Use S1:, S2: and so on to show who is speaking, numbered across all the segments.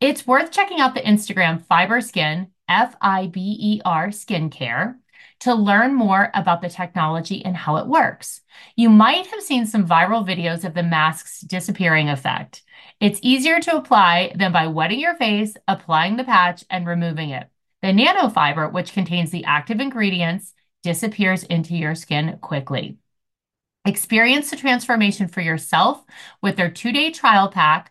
S1: It's worth checking out the Instagram Fiber Skin, F I B E R Skincare, to learn more about the technology and how it works. You might have seen some viral videos of the mask's disappearing effect. It's easier to apply than by wetting your face, applying the patch, and removing it. The nanofiber, which contains the active ingredients, disappears into your skin quickly. Experience the transformation for yourself with their two day trial pack,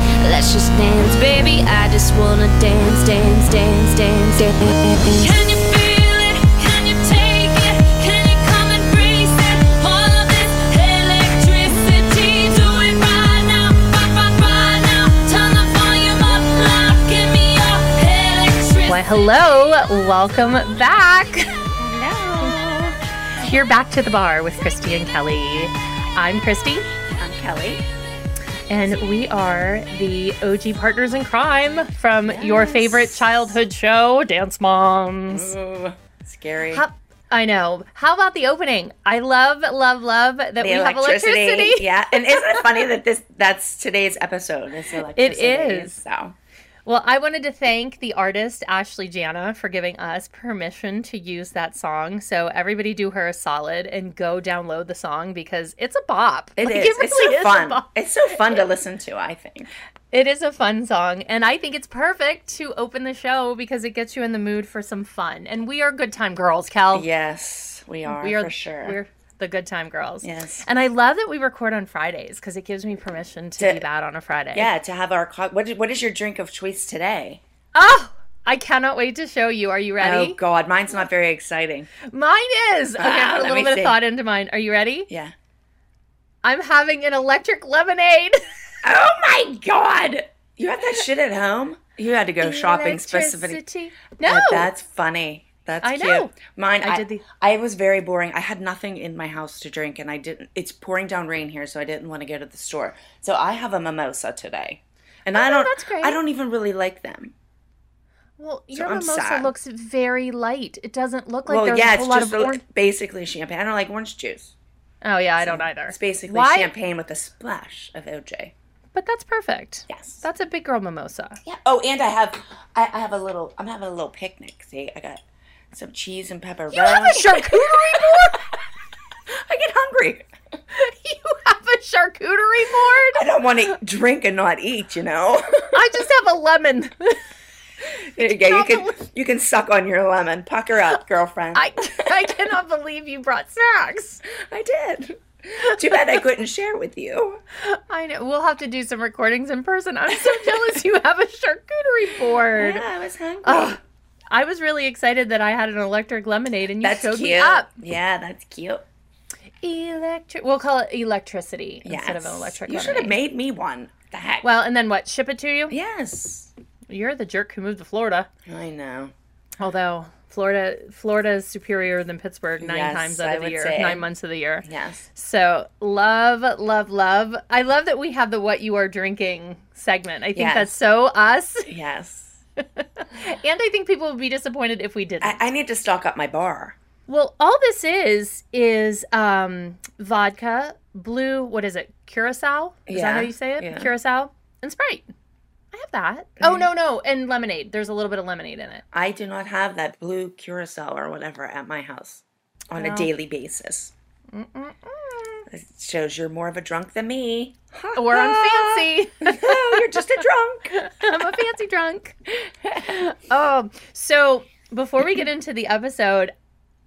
S2: Let's just dance, baby. I just wanna dance, dance, dance, dance, dance. Can you feel it? Can you take it? Can you come and embrace it? All of this electricity, do it right now, right, right, right now. Turn the volume up loud, give me your electricity.
S3: Well, hello, welcome back.
S4: Hello.
S3: You're back to the bar with Christy and Kelly. I'm Christy,
S4: I'm Kelly.
S3: and we are the OG partners in crime from your favorite childhood show, Dance Moms.
S4: Ooh, scary.
S3: How- I know. How about the opening? I love, love, love that
S4: The
S3: we have electricity.
S4: Yeah, and isn't it funny that this that's today's episode? It's electricity.
S3: is.
S4: So
S3: Well, I wanted to thank the artist Ashley Jana for giving us permission to use that song. So everybody do her a solid and go download the song because it's a bop.
S4: it
S3: Like,
S4: is. it's so
S3: really is a
S4: fun.
S3: bop.
S4: It's so fun to listen to. I think.
S3: It is a fun song, and I think it's perfect to open the show because it gets you in the mood for some fun. And we are good time girls, Cal.
S4: Yes, we are.
S3: Oh. we are
S4: for sure.
S3: We're the good time girls.
S4: Yes.
S3: And I love that we record on Fridays because it gives me permission to,
S4: To-
S3: be bad on a Friday.
S4: yeah, to have our co- what? Is, what is your drink of choice today?
S3: Oh, I cannot wait to show you. Are you ready?
S4: Oh God, mine's not very exciting.
S3: Mine is. Okay, I
S4: Ah,
S3: put
S4: let
S3: a little
S4: me
S3: bit
S4: see.
S3: of thought into mine. Are you ready?
S4: Yeah.
S3: I'm having an electric lemonade.
S4: Oh my God, you have that shit at home? You had to go shopping specifically.
S3: Electricity. No.
S4: But that's funny. That's
S3: I
S4: cute.
S3: know.
S4: Mine.
S3: I
S4: I, I
S3: did the-
S4: was very boring. I had nothing in my house to drink, and I didn't. It's pouring down rain here, so I didn't want to go to the store. So I have a mimosa today, and I don't.
S3: Oh, that's great.
S4: I don't even really like them.
S3: Well, your
S4: I'm
S3: mimosa
S4: sad.
S3: looks very light. It doesn't look like
S4: well,
S3: there's
S4: yeah,
S3: a whole
S4: it's
S3: lot
S4: just
S3: of
S4: a-
S3: orange.
S4: basically champagne. I don't like orange juice.
S3: Oh yeah, I don't either.
S4: It's basically champagne with a splash of OJ.
S3: But that's perfect.
S4: Yes.
S3: That's a big girl mimosa.
S4: Yeah. Oh, and I have. I, I have a little. I'm having a little picnic. See, I got some cheese and pepperoni.
S3: You have a charcuterie board?
S4: I get hungry.
S3: you have a charcuterie
S4: I
S3: board?
S4: don't want to drink and not eat. You know.
S3: I just have a lemon.
S4: There you go. You
S3: Not
S4: can
S3: believe-
S4: you can suck on your lemon. Pucker up, girlfriend.
S3: I I cannot believe you brought snacks.
S4: I did. Too bad I couldn't share with you.
S3: I know. We'll have to do some recordings in person. I'm so jealous you have a charcuterie board.
S4: Yeah, I was hungry.
S3: Oh, I was really excited that I had an electric lemonade and you
S4: that's
S3: showed
S4: cute.
S3: me up.
S4: Yeah, that's cute.
S3: Electric. We'll call it electricity instead of
S4: Yes.
S3: an electric
S4: You should
S3: lemonade.
S4: have made me one. The heck.
S3: well, and then what? Ship it to you?
S4: yes.
S3: You're the jerk who moved to Florida.
S4: I know.
S3: Although Florida, Florida is superior than Pittsburgh nine
S4: Yes,
S3: times
S4: I
S3: out of the
S4: would
S3: year,
S4: say.
S3: nine months of the year.
S4: Yes.
S3: So love, love, love. I love that we have the "What You Are Drinking" segment. I think
S4: Yes.
S3: that's so us,
S4: Yes.
S3: and I think people would be disappointed if we didn't.
S4: I, I need to stock up my bar.
S3: well, all this is is um, vodka, blue. What is it? Curacao. Is
S4: Yeah,
S3: that how you say it?
S4: yeah. Mm-hmm.
S3: Curacao and Sprite. I have that. Oh no, no, and lemonade. There's a little bit of lemonade in it.
S4: I do not have that blue curacao or whatever at my house on a daily basis. It shows you're more of a drunk than me.
S3: Or I'm fancy.
S4: Oh, you're just a drunk.
S3: I'm a fancy drunk. Um, so before we get into the episode,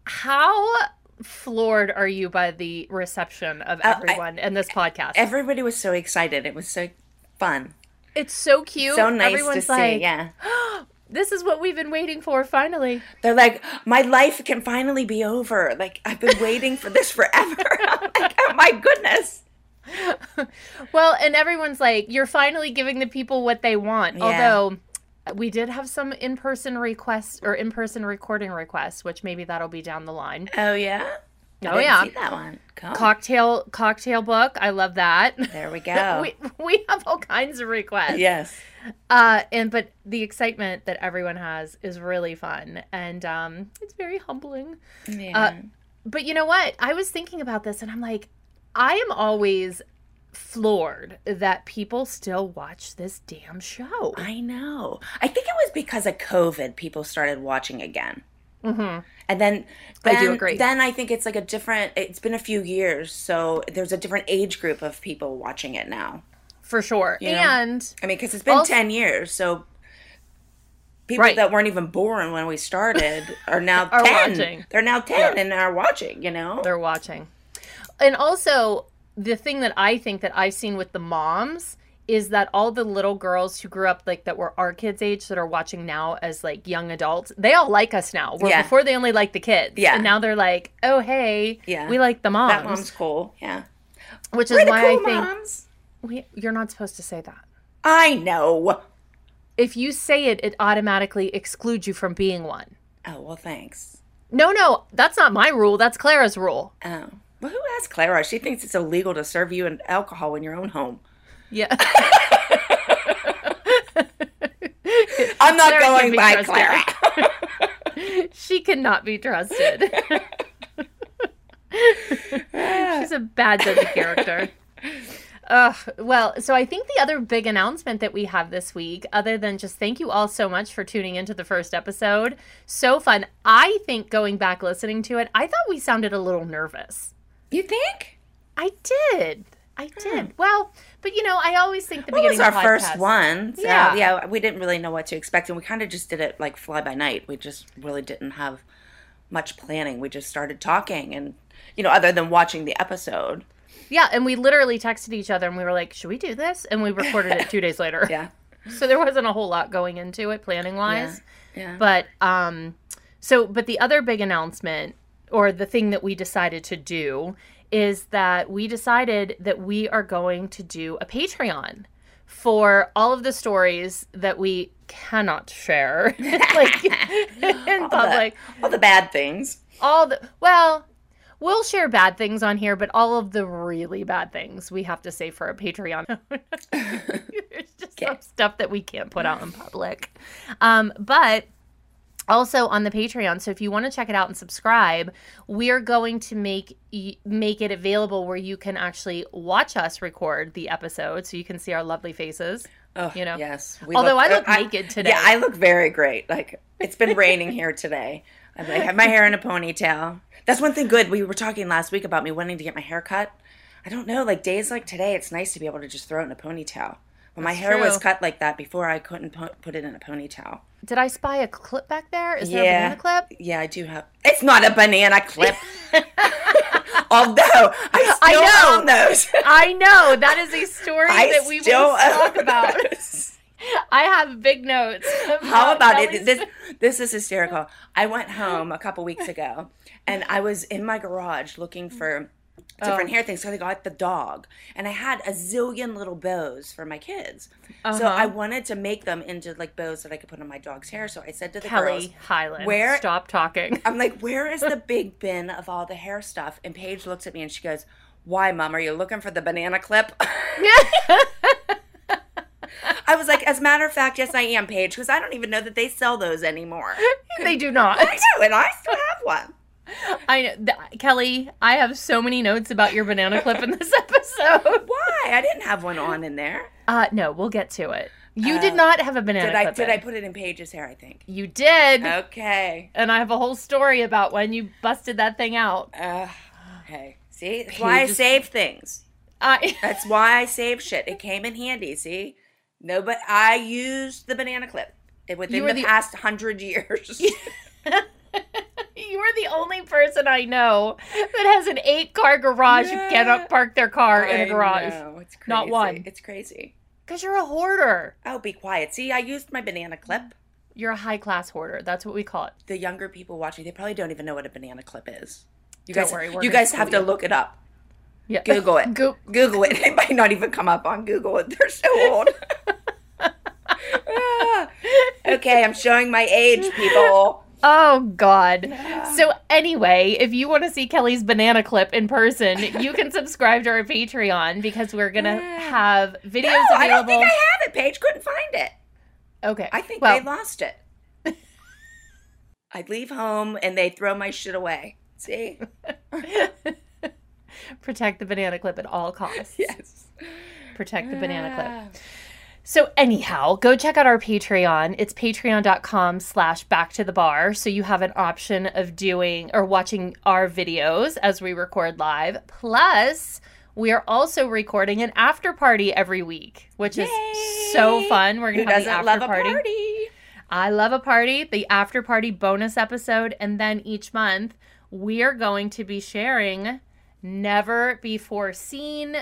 S3: how floored are you by the reception of
S4: Oh, I-
S3: everyone and this podcast?
S4: Everybody was so excited. It was so fun.
S3: it's so cute.
S4: So nice
S3: Everyone's
S4: to see.
S3: like,
S4: yeah.
S3: This is what we've been waiting for finally.
S4: They're like, my life can finally be over. Like, I've been waiting for this forever. I'm like, oh my goodness.
S3: Well, and everyone's like, you're finally giving the people what they want. Although uh, we did have some in-person requests or in-person recording requests, which maybe that'll be down the line.
S4: Oh, yeah. I
S3: Oh,
S4: didn't
S3: yeah.
S4: See that one. Cool.
S3: Cocktail cocktail book. I love that.
S4: there we go.
S3: we, we have all kinds of requests.
S4: yes.
S3: Uh, and but the excitement that everyone has is really fun, and um, it's very humbling.
S4: Yeah.
S3: Uh, But you know what? I was thinking about this, and I'm like, I am always floored that people still watch this damn show.
S4: I know. I think it was because of COVID people started watching again.
S3: Mhm.
S4: And then,
S3: I do
S4: then-
S3: agree.
S4: Then I think it's like a different. It's been a few years, so there's a different age group of people watching it now.
S3: For sure.
S4: Yeah.
S3: And
S4: I mean, because it's been
S3: Also-
S4: 10 years, so people
S3: Right.
S4: that weren't even born when we started are now
S3: Are
S4: 10.
S3: watching.
S4: They're now 10 and are watching, you know?
S3: they're watching. And also, the thing that I think that I've seen with the moms is that all the little girls who grew up like that were our kids' age that are watching now as like young adults, they all like us now. Where
S4: Yeah.
S3: before they only liked the kids,
S4: Yeah.
S3: and now they're like, oh hey,
S4: Yeah.
S3: we like the moms,
S4: that mom's cool. Yeah.
S3: which
S4: We're
S3: is
S4: the
S3: why
S4: cool
S3: I think
S4: moms.
S3: we, you're not supposed to say that.
S4: I know.
S3: If you say it, it automatically excludes you from being one.
S4: Oh, well, thanks.
S3: No, no, that's not my rule. That's Clara's rule.
S4: Um, Oh. Well, who asked Clara? She thinks it's illegal to serve you in alcohol in your own home.
S3: Yeah.
S4: I'm not
S3: Sarah can
S4: going
S3: be
S4: by
S3: trusted.
S4: Clara.
S3: she cannot be trusted. She's a bad judge of character. Ugh, well, so I think the other big announcement that we have this week, other than just thank you all so much for tuning into the first episode, so fun. I think going back listening to it, I thought we sounded a little nervous.
S4: you think?
S3: I did. I did. Well, but you know, I always think the
S4: That
S3: beginning
S4: Hmm. was our
S3: of
S4: first
S3: podcasts-
S4: one. So,
S3: Yeah.
S4: yeah. we didn't really know what to expect, and we kind of just did it like fly by night. We just really didn't have much planning. We just started talking, and you know, other than watching the episode,
S3: Yeah, and we literally texted each other and we were like, "Should we do this?" And we recorded it 2 days later.
S4: yeah,
S3: so there wasn't a whole lot going into it planning wise
S4: yeah.
S3: but um so but the other big announcement or the thing that we decided to do is that we decided that we are going to do a patreon for all of the stories that we cannot share like in public
S4: all the bad things.
S3: all the well we'll share bad things on here but all of the really bad things we have to say for a patreon there's just some stuff that we can't put out in public um, but also on the patreon so if you want to check it out and subscribe we're going to make y- make it available where you can actually watch us record the episode so you can see our lovely faces
S4: Oh,
S3: You know?
S4: yes. We
S3: Although I look naked today.
S4: Yeah, I look very great. Like it's been raining here today. I like, have my hair in a ponytail. That's one thing good. We were talking last week about me wanting to get my hair cut. I don't know. Like days like today, it's nice to be able to just throw it in a ponytail. When my hair was
S3: true.
S4: cut like that before, I couldn't pu- put it in a ponytail.
S3: did i spy a clip back there is there
S4: Yeah.
S3: a banana clip
S4: Yeah, I do have. It's not a banana clip. Although I still
S3: know.
S4: own those.
S3: I know that is a story
S4: I
S3: that we will
S4: still
S3: talk
S4: own
S3: about.
S4: those.
S3: I have big notes.
S4: How about it?
S3: Kelly's-
S4: This this is hysterical. I went home a couple weeks ago, and I was in my garage looking for different hair things. So I got the dog, and I had a zillion little bows for my kids. So I wanted to make them into like bows that I could put on my dog's hair. So I said to the girls,
S3: Kelly Highland.
S4: where-
S3: Stop talking.
S4: I'm like, where is the big bin of all the hair stuff? And Paige looks at me and she goes, Why, mom? Are you looking for the banana clip? I was like, As a matter of fact, yes, I am, Paige, because I don't even know that they sell those anymore.
S3: they do not.
S4: I do, and I still have one.
S3: I th- Kelly, I have so many notes about your banana clip in this episode.
S4: Why? I didn't have one on in there.
S3: Uh, no, we'll get to it. You did not have a banana
S4: Uh, Did I?
S3: clip.
S4: Did
S3: in.
S4: I put it in Paige's hair? I think.
S3: You did,
S4: Okay.
S3: and I have a whole story about when you busted that thing out.
S4: Uh, hey. See, that's why I save things.
S3: I.
S4: That's why I save shit. It came in handy. See, no, but I used the banana clip within
S3: were
S4: the,
S3: the-
S4: past hundred years.
S3: You are the only person I know that has an eight-car garage
S4: Yeah.
S3: who cannot park their car in
S4: I
S3: a garage.
S4: know, it's crazy.
S3: Not one.
S4: It's crazy.
S3: Because you're a hoarder.
S4: Oh, be quiet. See, I used my banana clip.
S3: You're a high class hoarder. That's what we call it.
S4: The younger people watching, they probably don't even know what a banana clip is. You
S3: Don't
S4: guys,
S3: worry, we're
S4: you
S3: gonna
S4: guys have to look it up.
S3: Yeah.
S4: Google it.
S3: Go-
S4: Google it. It might not even come up on Google. They're so old. Ah. okay, I'm showing my age, people.
S3: oh, God. So, anyway, if you want to see Kelly's banana clip in person, you can subscribe to our Patreon because we're going to have videos
S4: No, I don't
S3: available.
S4: think I have it. Paige couldn't find it.
S3: okay.
S4: I think
S3: well,
S4: they lost it. I leave home and they throw my shit away. See?
S3: protect the banana clip at all costs.
S4: Yes. Ah.
S3: protect the banana clip. So anyhow, go check out our Patreon. It's patreon.com slash back to the bar. So you have an option of doing or watching our videos as we record live. Plus, we are also recording an after party every week, which is so fun. We're
S4: Who
S3: gonna have the
S4: doesn't
S3: after
S4: love a
S3: party.
S4: party?
S3: I love a party, the after party bonus episode, and then each month we are going to be sharing never before seen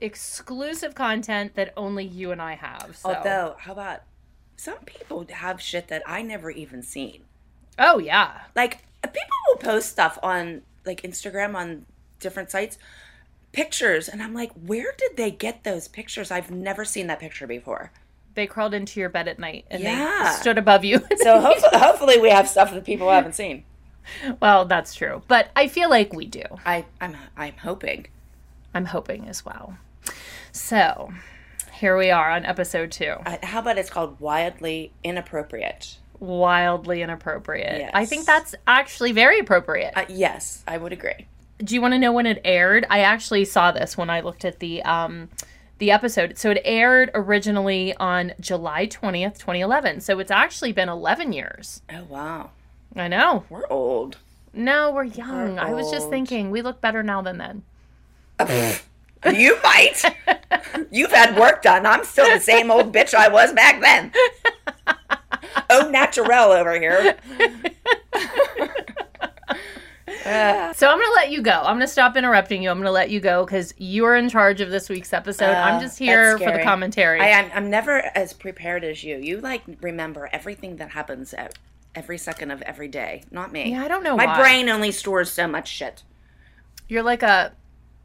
S3: exclusive content that only you and I have. So.
S4: Although, how about some people have shit that I never even seen.
S3: oh yeah,
S4: like people will post stuff on like Instagram on different sites pictures and I'm like where did they get those pictures I've never seen that picture before
S3: they crawled into your bed at night and
S4: Yeah.
S3: they stood above you.
S4: so hopefully, hopefully we have stuff that people haven't seen
S3: well, that's true, but I feel like we do.
S4: I I'm I'm hoping
S3: I'm hoping as well. So, Here we are on episode two.
S4: Uh, how about it's called Wildly Inappropriate?
S3: Wildly inappropriate. I think
S4: Yes.
S3: that's actually very appropriate.
S4: Uh, yes, I would agree.
S3: do you want to know when it aired? I actually saw this when I looked at the um the episode. So it aired originally on July 20th, 2011. So it's actually been 11 years.
S4: Oh, wow.
S3: I know.
S4: We're old.
S3: No, we're young. I was just
S4: old.
S3: thinking we look better now than then.
S4: You might. You've had work done. I'm still the same old bitch I was back then. Oh, naturel over here.
S3: So I'm going to let you go. I'm going to stop interrupting you. I'm going to let you go cuz you're in charge of this week's episode. I'm just here
S4: That's
S3: for the
S4: scary.
S3: commentary.
S4: I, I'm, I'm never as prepared as you. You like remember everything that happens at every second of every day. Not me.
S3: Yeah, I don't know
S4: My
S3: why.
S4: brain only stores so much shit.
S3: you're like a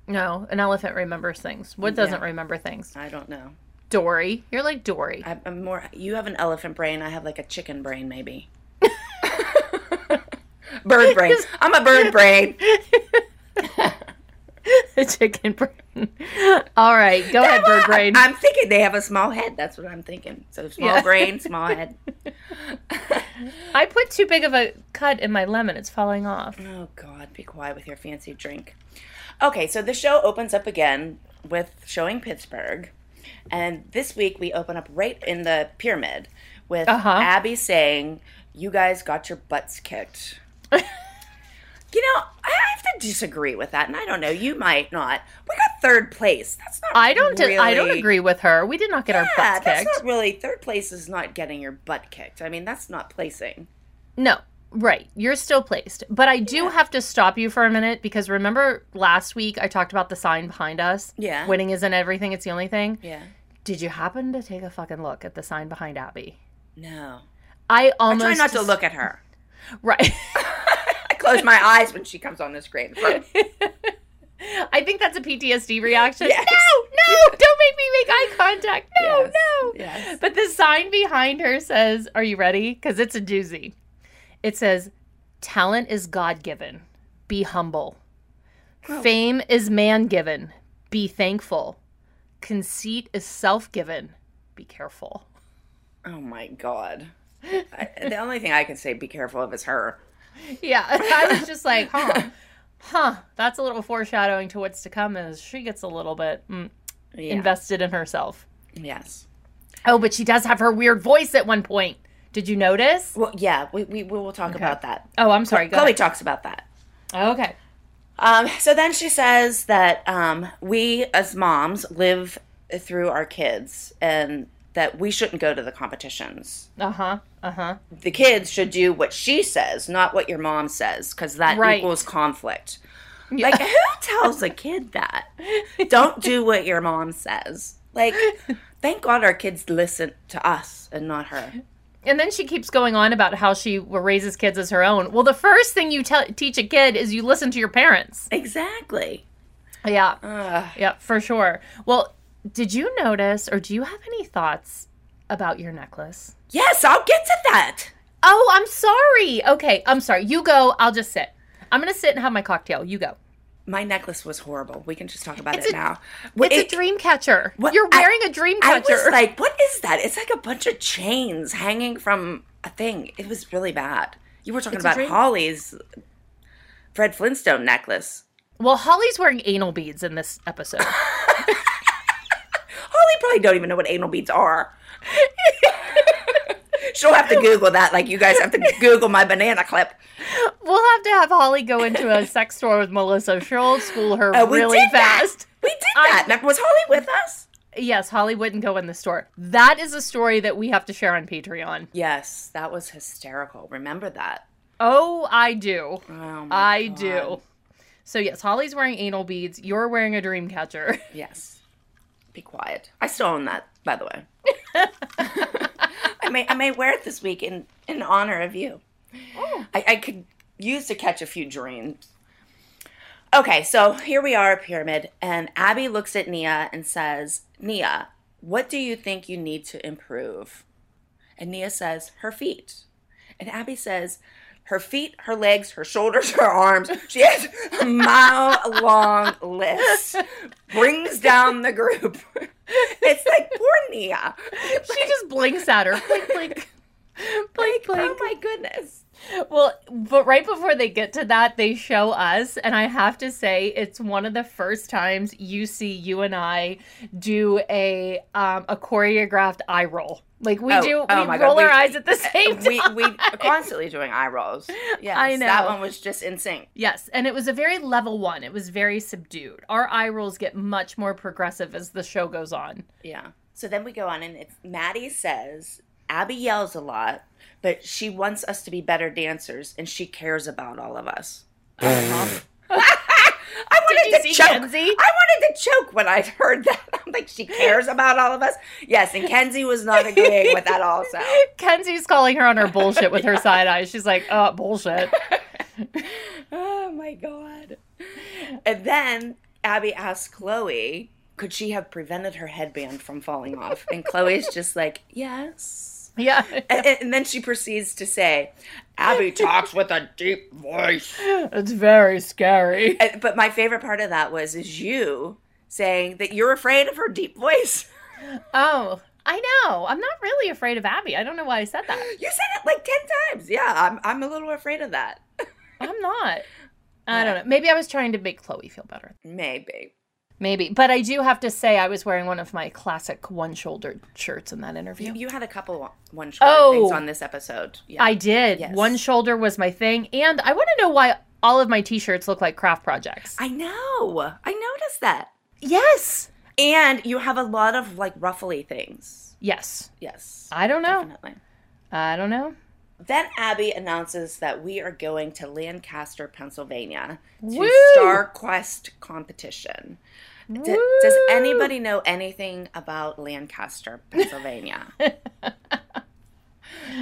S3: no, an elephant remembers things. What doesn't remember things?
S4: I don't know.
S3: Dory. You're like Dory.
S4: I, I'm more. You have an elephant brain. I have like a chicken brain, maybe. bird brain. I'm a bird brain.
S3: The chicken brain. All right, go ahead, bird brain.
S4: I'm thinking they have a small head. That's what I'm thinking. So small
S3: Yeah.
S4: brain, small head.
S3: I put too big of a cut in my lemon; it's falling off.
S4: Oh God, be quiet with your fancy drink. Okay, so the show opens up again with showing Pittsburgh, and this week we open up right in the pyramid with
S3: Uh-huh.
S4: Abby saying, "You guys got your butts kicked." you know, I have to disagree with that, and I don't know. You might not. We got third place. That's not.
S3: I don't. di- I don't
S4: really-
S3: agree with her. We did not get our
S4: Yeah,
S3: butts
S4: that's not
S3: kicked.
S4: really third place. Is not getting your butt kicked. I mean, that's not placing.
S3: No, right. You're still placed, but I do have to stop you for a minute because remember last week I talked about the sign behind us.
S4: Yeah.
S3: winning isn't everything; it's the only thing.
S4: Yeah.
S3: Did you happen to take a fucking look at the sign behind Abby?
S4: No.
S3: I
S4: I
S3: almost
S4: try not to look at her.
S3: Right.
S4: I close my eyes when she comes on the screen.
S3: I think that's a PTSD reaction.
S4: Yes.
S3: No, no, don't make me make eye contact. No,
S4: Yes,
S3: no.
S4: yes.
S3: But the sign behind her says, Are you ready? Because it's a doozy. It says, Talent is God given. Be humble. Fame is man given. Be thankful. Conceit is self given. Be careful.
S4: Oh my god. I, the only thing I can say, be careful of, is her.
S3: Yeah. I was just like, Huh. Huh. That's a little foreshadowing to what's to come as she gets a little bit mm,
S4: Yeah.
S3: invested in herself.
S4: yes.
S3: Oh, but she does have her weird voice at one point. Did you notice?
S4: Well, yeah. We we, we will talk about that.
S3: Oh, I'm sorry. Go
S4: Chloe
S3: ahead. Oh,
S4: talks about that.
S3: okay.
S4: Um, so then she says that um, we as moms live through our kids, and that we shouldn't go to the competitions.
S3: Uh huh. Uh huh.
S4: The kids should do what she says, not what your mom says, because that
S3: Right.
S4: equals conflict. Like, who tells a kid that? Don't do what your mom says. Like, thank God our kids listen to us and not her.
S3: And then she keeps going on about how she raises kids as her own. Well, the first thing you tell teach a kid is you listen to your parents.
S4: Exactly.
S3: Yeah. Yeah, for sure. Well, did you notice or do you have any thoughts about your necklace?
S4: Yes, I'll get to that.
S3: Oh, I'm sorry. Okay, I'm sorry. You go. I'll just sit. I'm going to sit and have my cocktail. You go.
S4: My necklace was horrible. We can just talk about
S3: It's
S4: it
S3: a-
S4: now.
S3: It's
S4: It-
S3: a dream catcher.
S4: what-
S3: You're
S4: I-
S3: wearing a dream catcher.
S4: I was like, what is that? It's like a bunch of chains hanging from a thing. It was really bad. You were talking
S3: It's a
S4: about
S3: dream-
S4: Holly's Fred Flintstone necklace.
S3: Well, Holly's wearing anal beads in this episode.
S4: Holly probably don't even know what anal beads are. She'll have to Google that, like you guys have to Google my banana clip.
S3: we'll have to have Holly go into a sex store with Melissa. She'll school her
S4: Uh, we
S3: really
S4: did that.
S3: fast.
S4: We did
S3: I-
S4: that. Now, was Holly with us?
S3: Yes, Holly wouldn't go in the store. That is a story that we have to share on Patreon.
S4: Yes, that was hysterical. Remember that?
S3: Oh, I do.
S4: Oh my
S3: I do. So yes, Holly's wearing anal beads. You're wearing a dream catcher.
S4: Yes. Be quiet. I still own that, by the way. I may I may wear it this week in in honor of you. I, I could use to catch a few dreams. Okay, so here we are, pyramid, and Abby looks at Nia and says, "Nia, what do you think you need to improve?" And Nia says, "Her feet." And Abby says, "Her feet, her legs, her shoulders, her arms." She has a mile long list brings down the group. It's like poor Nia.
S3: She just blinks at her. Blink, blink. Blink,
S4: Oh
S3: blink.
S4: my goodness.
S3: Well, but right before they get to that, they show us, and I have to say, it's one of the first times you see you and I do a um, a choreographed eye roll. Like we
S4: Oh,
S3: do, we
S4: oh my God,
S3: roll our
S4: we-
S3: eyes at the same time.
S4: We we are constantly doing eye rolls. Yes,
S3: I
S4: That
S3: know.
S4: one was just in sync.
S3: Yes, and it was a very level one. It was very subdued. Our eye rolls get much more progressive as the show goes on.
S4: Yeah. So then we go on, and it's Maddie says Abby yells a lot, but she wants us to be better dancers, and she cares about all of us. I
S3: Uh-huh. you
S4: wanted
S3: see
S4: to choke.
S3: Kenzie?
S4: I wanted to choke when I heard that. I'm like, she cares about all of us. Yes, and Kenzie was not agreeing with that. Also,
S3: Kenzie's calling her on her bullshit with her side eyes. She's like, "Oh, bullshit."
S4: oh my god. And then Abby asks Chloe, could she have prevented her headband from falling off? And Chloe's just like, yes.
S3: Yeah.
S4: and, and then she proceeds to say, Abby talks with a deep voice.
S3: It's very scary.
S4: And- But my favorite part of that was is you saying that you're afraid of her deep voice.
S3: Oh, I know. I'm not really afraid of Abby. I don't know why I said that.
S4: You said it like 10 times. Yeah, I'm, I'm a little afraid of that.
S3: I'm not. I don't know. Maybe I was trying to make Chloe feel better.
S4: Maybe.
S3: Maybe. But I do have to say, I was wearing one of my classic one shouldered shirts in that interview.
S4: You, you had a couple one short
S3: Oh.
S4: things on this episode. Yeah.
S3: I did.
S4: Yes.
S3: One shoulder was my thing. And I want to know why all of my t shirts look like craft projects.
S4: I know. I noticed that.
S3: yes.
S4: And you have a lot of like ruffly things.
S3: Yes.
S4: Yes.
S3: I don't know.
S4: Definitely.
S3: I don't know.
S4: Then Abby announces that we are going to Lancaster, Pennsylvania to
S3: Woo!
S4: Star Quest competition. D- does
S3: Woo!
S4: anybody know anything about Lancaster, Pennsylvania?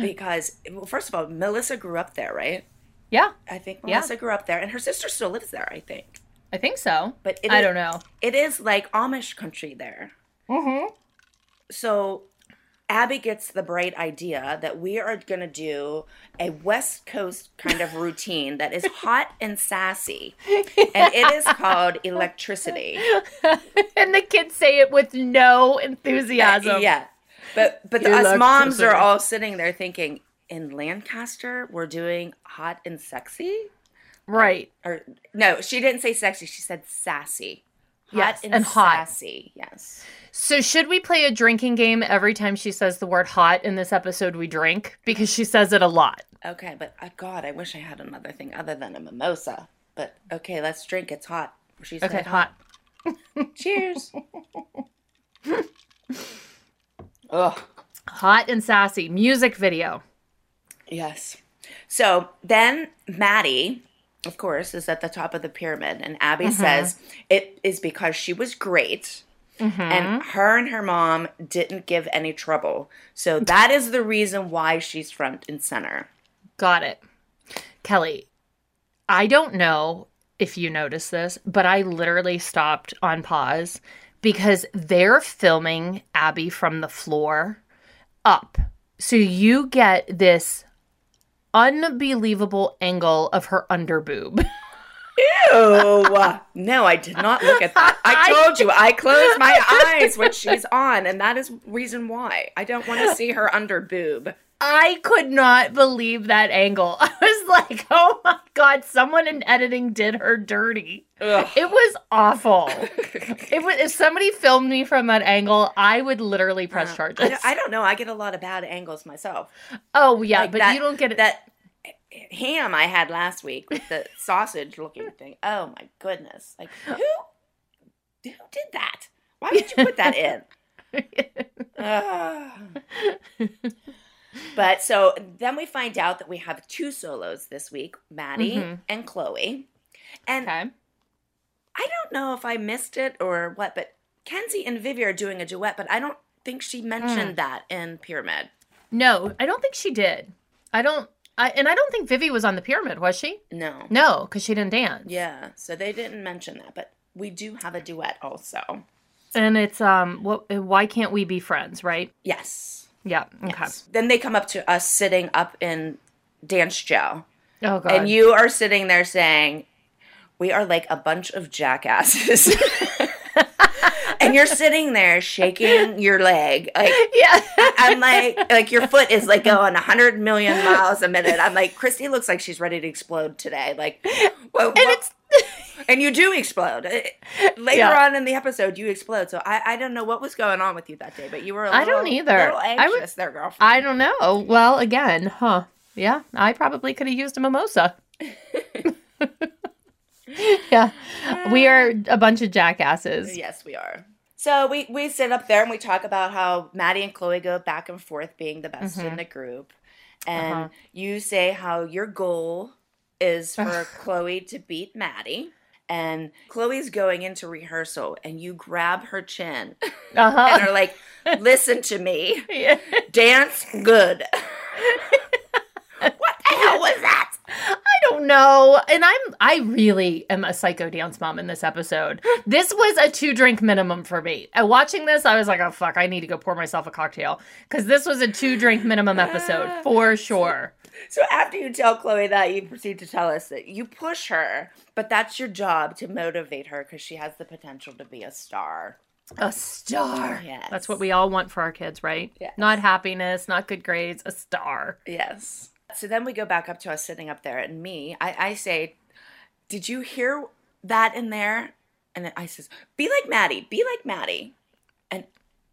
S4: because, well, first of all, Melissa grew up there, right?
S3: Yeah.
S4: I think
S3: Yeah.
S4: Melissa grew up there, and her sister still lives there, I think.
S3: I think so.
S4: But it
S3: I
S4: is-
S3: don't know.
S4: It is like Amish country there.
S3: Mm-hmm.
S4: So Abby gets the bright idea that we are going to do a West Coast kind of routine that is hot and sassy. And it is called electricity.
S3: and the kids say it with no enthusiasm.
S4: Yeah. But but us moms are all sitting there thinking in Lancaster we're doing hot and sexy?
S3: Right.
S4: Or no, she didn't say sexy, she said sassy. Hot
S3: Yes,
S4: and,
S3: and hot.
S4: sassy. Yes.
S3: So should we play a drinking game every time she says the word hot in this episode we drink? Because she says it a lot.
S4: Okay, but uh, God, I wish I had another thing other than a mimosa. But okay, let's drink. It's hot. She said
S3: Okay, hot.
S4: Cheers. Ugh.
S3: Hot and sassy. Music video.
S4: Yes. So then Maddie, of course, is at the top of the pyramid, and Abby
S3: Mm-hmm.
S4: says it is because she was great.
S3: Mm-hmm.
S4: And her and her mom didn't give any trouble. So that is the reason why she's front and center.
S3: Got it. Kelly, I don't know if you noticed this, but I literally stopped on pause because they're filming Abby from the floor up. So you get this unbelievable angle of her underboob.
S4: Oh, no, I did not look at that. I told you, I close my eyes when she's on, and that is reason why. I don't want to see her under boob.
S3: I could not believe that angle. I was like, oh my God, someone in editing did her dirty. It was awful. it was, if somebody filmed me from that angle, I would literally press
S4: Uh,
S3: charges.
S4: I don't- I don't know. I get a lot of bad angles myself.
S3: oh, yeah,
S4: Like
S3: but
S4: that-
S3: you don't get it.
S4: That ham I had last week with the sausage looking thing. Oh my goodness! Like who? Who did that? Why would you put that in? Ugh. but so then we find out that we have two solos this week, Maddie
S3: Mhm.
S4: and Chloe. And
S3: okay.
S4: I don't know if I missed it or what, but Kenzie and Vivi are doing a duet, but I don't think she
S3: Mm.
S4: mentioned that in Pyramid.
S3: No, I don't think she did. I don't, I, and I don't think Vivi was on the pyramid, was she?
S4: No.
S3: No, because she didn't dance.
S4: Yeah, so they didn't mention that, but we do have a duet also.
S3: And it's, um, what, why can't we be friends, right?
S4: Yes.
S3: Yeah. Okay.
S4: Then they come up to us sitting up in dance jail,
S3: Oh, God.
S4: and you are sitting there saying, "We are like a bunch of jackasses." and and you're sitting there shaking your leg. Like,
S3: Yeah.
S4: I'm like, like your foot is like going 100 million miles a minute. I'm like, Christy looks like she's ready to explode today. Like, whoa, and
S3: it's-
S4: and you do explode It- later
S3: Yeah.
S4: on in the episode. You explode. So I, I don't know what was going on with you that day, but you were. I
S3: I don't either.
S4: Little
S3: I
S4: anxious
S3: would-
S4: there, girlfriend.
S3: I don't know. Well, again, huh? Yeah, I probably could have used a mimosa. yeah, we are a bunch of jackasses.
S4: Yes, we are. So we, we sit up there and we talk about how Maddie and Chloe go back and forth being the best in the group. And
S3: Uh-huh.
S4: you say how your goal is for Chloe to beat Maddie. And Chloe's going into rehearsal and you grab her chin
S3: Uh
S4: and
S3: huh.
S4: are like, listen to me. Dance good. what the hell was that?
S3: I don't know. And I'm I really am a psycho dance mom in this episode. This was a two drink minimum for me. Uh, watching this, I was like, oh fuck, I need to go pour myself a cocktail because this was a two drink minimum episode for sure.
S4: So after you tell Chloe that, you proceed to tell us that you push her, but that's your job to motivate her because she has the potential to be a star.
S3: A star.
S4: Yes.
S3: That's what we all want for our kids, right?
S4: Yes.
S3: Not happiness, not good grades, a star.
S4: Yes. So then we go back up to us sitting up there, and me, I, I say, "Did you hear that in there?" And then I says, "Be like Maddie. Be like Maddie." And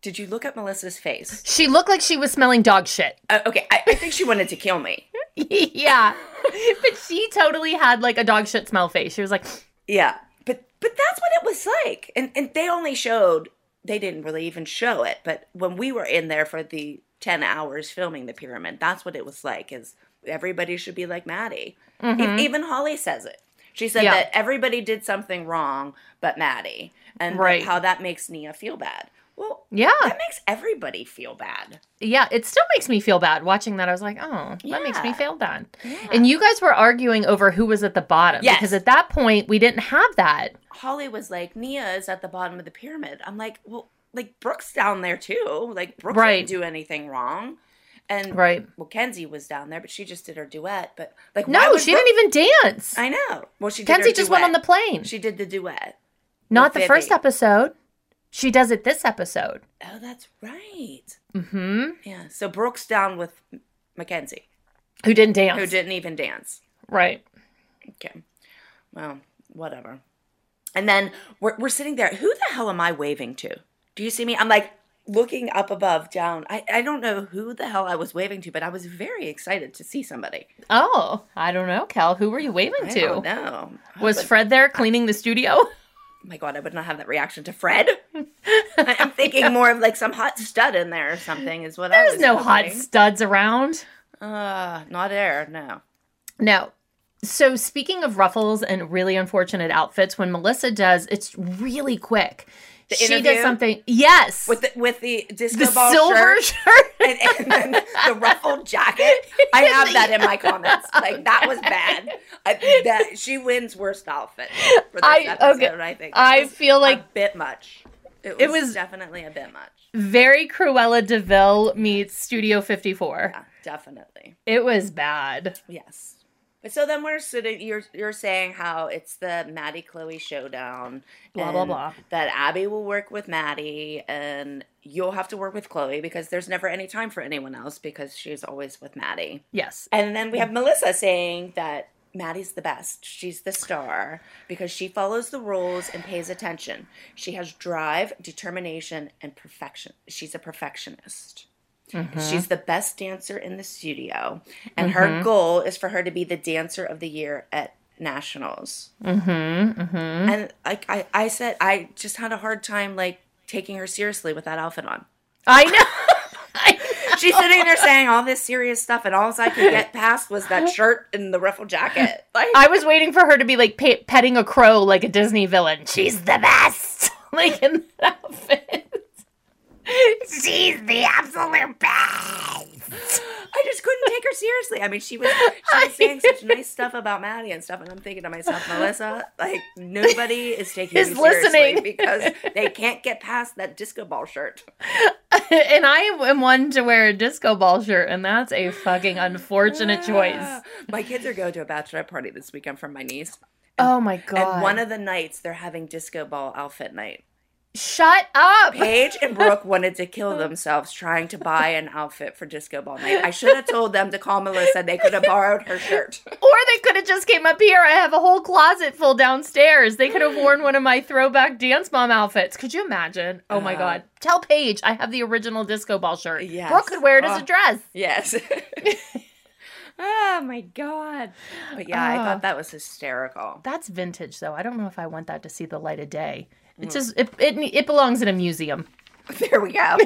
S4: did you look at Melissa's face?
S3: She looked like she was smelling dog shit.
S4: Uh, okay, I, I think she wanted to kill me.
S3: yeah. but she totally had like a dog shit smell face. She was like,
S4: Yeah, but but that's what it was like, and and they only showed they didn't really even show it, but when we were in there for the ten hours filming the pyramid, that's what it was like. Is everybody should be like Maddie? E- even Holly says it. She said
S3: Mm-hmm. Yeah.
S4: that everybody did something wrong, but Maddie, and like,
S3: Right.
S4: how that makes Nia feel bad. Well,
S3: Yeah.
S4: that makes everybody feel bad.
S3: yeah, it still makes me feel bad watching that. I was like, oh, that makes me
S4: Yeah.
S3: feel bad. And you guys were arguing over who was at the bottom
S4: Yes.
S3: because at that point we didn't have that.
S4: Holly was like, Nia is at the bottom of the pyramid. I'm like, well, like Brooke's down there too. Like Brooke
S3: Right.
S4: didn't do anything wrong. And
S3: Right.
S4: well, Kenzie was down there, but she just did her duet. But like, why
S3: No,
S4: would
S3: she
S4: Brooke-
S3: didn't even dance.
S4: I know. Well, she did
S3: Kenzie
S4: her
S3: just went on the
S4: duet.
S3: plane.
S4: She did the duet.
S3: Not the
S4: with
S3: first
S4: Vivi.
S3: episode. She does it this episode.
S4: Oh, that's right.
S3: hmm
S4: Yeah. So Brooke's down with Mackenzie,
S3: Who didn't dance.
S4: who didn't even dance.
S3: Right.
S4: Okay. Well, whatever. And then we're, we're sitting there. Who the hell am I waving to? Do you see me? I'm like looking up above, down. I, I don't know who the hell I was waving to, but I was very excited to see somebody.
S3: Oh, I don't know, Cal. Who were you waving
S4: I
S3: to?
S4: don't know.
S3: Was Fred there cleaning the studio?
S4: Oh my God, I would not have that reaction to Fred. I- I'm thinking more of like some hot stud in there or something is what I
S3: There's
S4: was
S3: no hot
S4: hoping.
S3: studs around.
S4: Uh, not air, no.
S3: No. So speaking of ruffles and really unfortunate outfits, when Melissa does, it's really quick.
S4: The
S3: she does
S4: interview?
S3: something. Yes.
S4: With the, with the disco
S3: the
S4: ball
S3: silver
S4: shirt.
S3: shirt.
S4: and, and then the ruffled jacket. I have that in my comments. Like that was bad. I, that she wins worst outfit for this
S3: I-
S4: episode.
S3: okay.
S4: I think
S3: I
S4: It was
S3: feel like-
S4: a bit much. It was,
S3: It was-
S4: definitely a bit much.
S3: Very Cruella DeVille meets Studio 54.
S4: Yeah, definitely.
S3: It was bad.
S4: Yes. But so then we're sitting. You're you're saying how it's the Maddie Chloe showdown.
S3: Blah, blah,
S4: and
S3: blah.
S4: That Abby will work with Maddie and. You'll have to work with Chloe because there's never any time for anyone else because she's always with Maddie.
S3: Yes.
S4: And then we have Melissa saying that Maddie's the best. She's the star because she follows the rules and pays attention. She has drive, determination, and perfection. She's a perfectionist. She's the best dancer in the studio. And her goal is for her to be the dancer of the year at nationals. And like I, I said, I just had a hard time like taking her seriously with that outfit on.
S3: I know. I know.
S4: She's sitting there saying all this serious stuff, and all I could get past was that shirt and the ruffled jacket. Like,
S3: I was waiting for her to be like pe- petting a crow like a Disney villain. She's the best. like in that outfit. She's the absolute best.
S4: I just couldn't take her seriously. I mean, she was she was saying such nice stuff about Maddie and stuff, and I'm thinking to myself, Melissa, like nobody is taking
S3: Is
S4: you seriously
S3: listening.
S4: because they can't get past that disco ball shirt.
S3: and I am one to wear a disco ball shirt, and that's a fucking unfortunate choice.
S4: My kids are going to a bachelorette party this weekend from my niece,
S3: Oh my god!
S4: and one of the nights they're having disco ball outfit night.
S3: Shut up.
S4: Paige and Brooke wanted to kill themselves trying to buy an outfit for disco ball night. I should have told them to call Melissa. They could have borrowed her shirt.
S3: Or they could have just came up here. I have a whole closet full downstairs. They could have worn one of my throwback dance mom outfits. Could you imagine? Oh
S4: Uh-huh.
S3: my god. Tell Paige I have the original disco ball shirt.
S4: Yes.
S3: Brooke could wear it as a
S4: Oh.
S3: dress.
S4: Yes. oh my god. Ah. But yeah, I thought that was hysterical.
S3: That's vintage though. I don't know if I want that to see the light of day.
S4: Hmm.
S3: It's just it, it it belongs in a museum.
S4: There we go.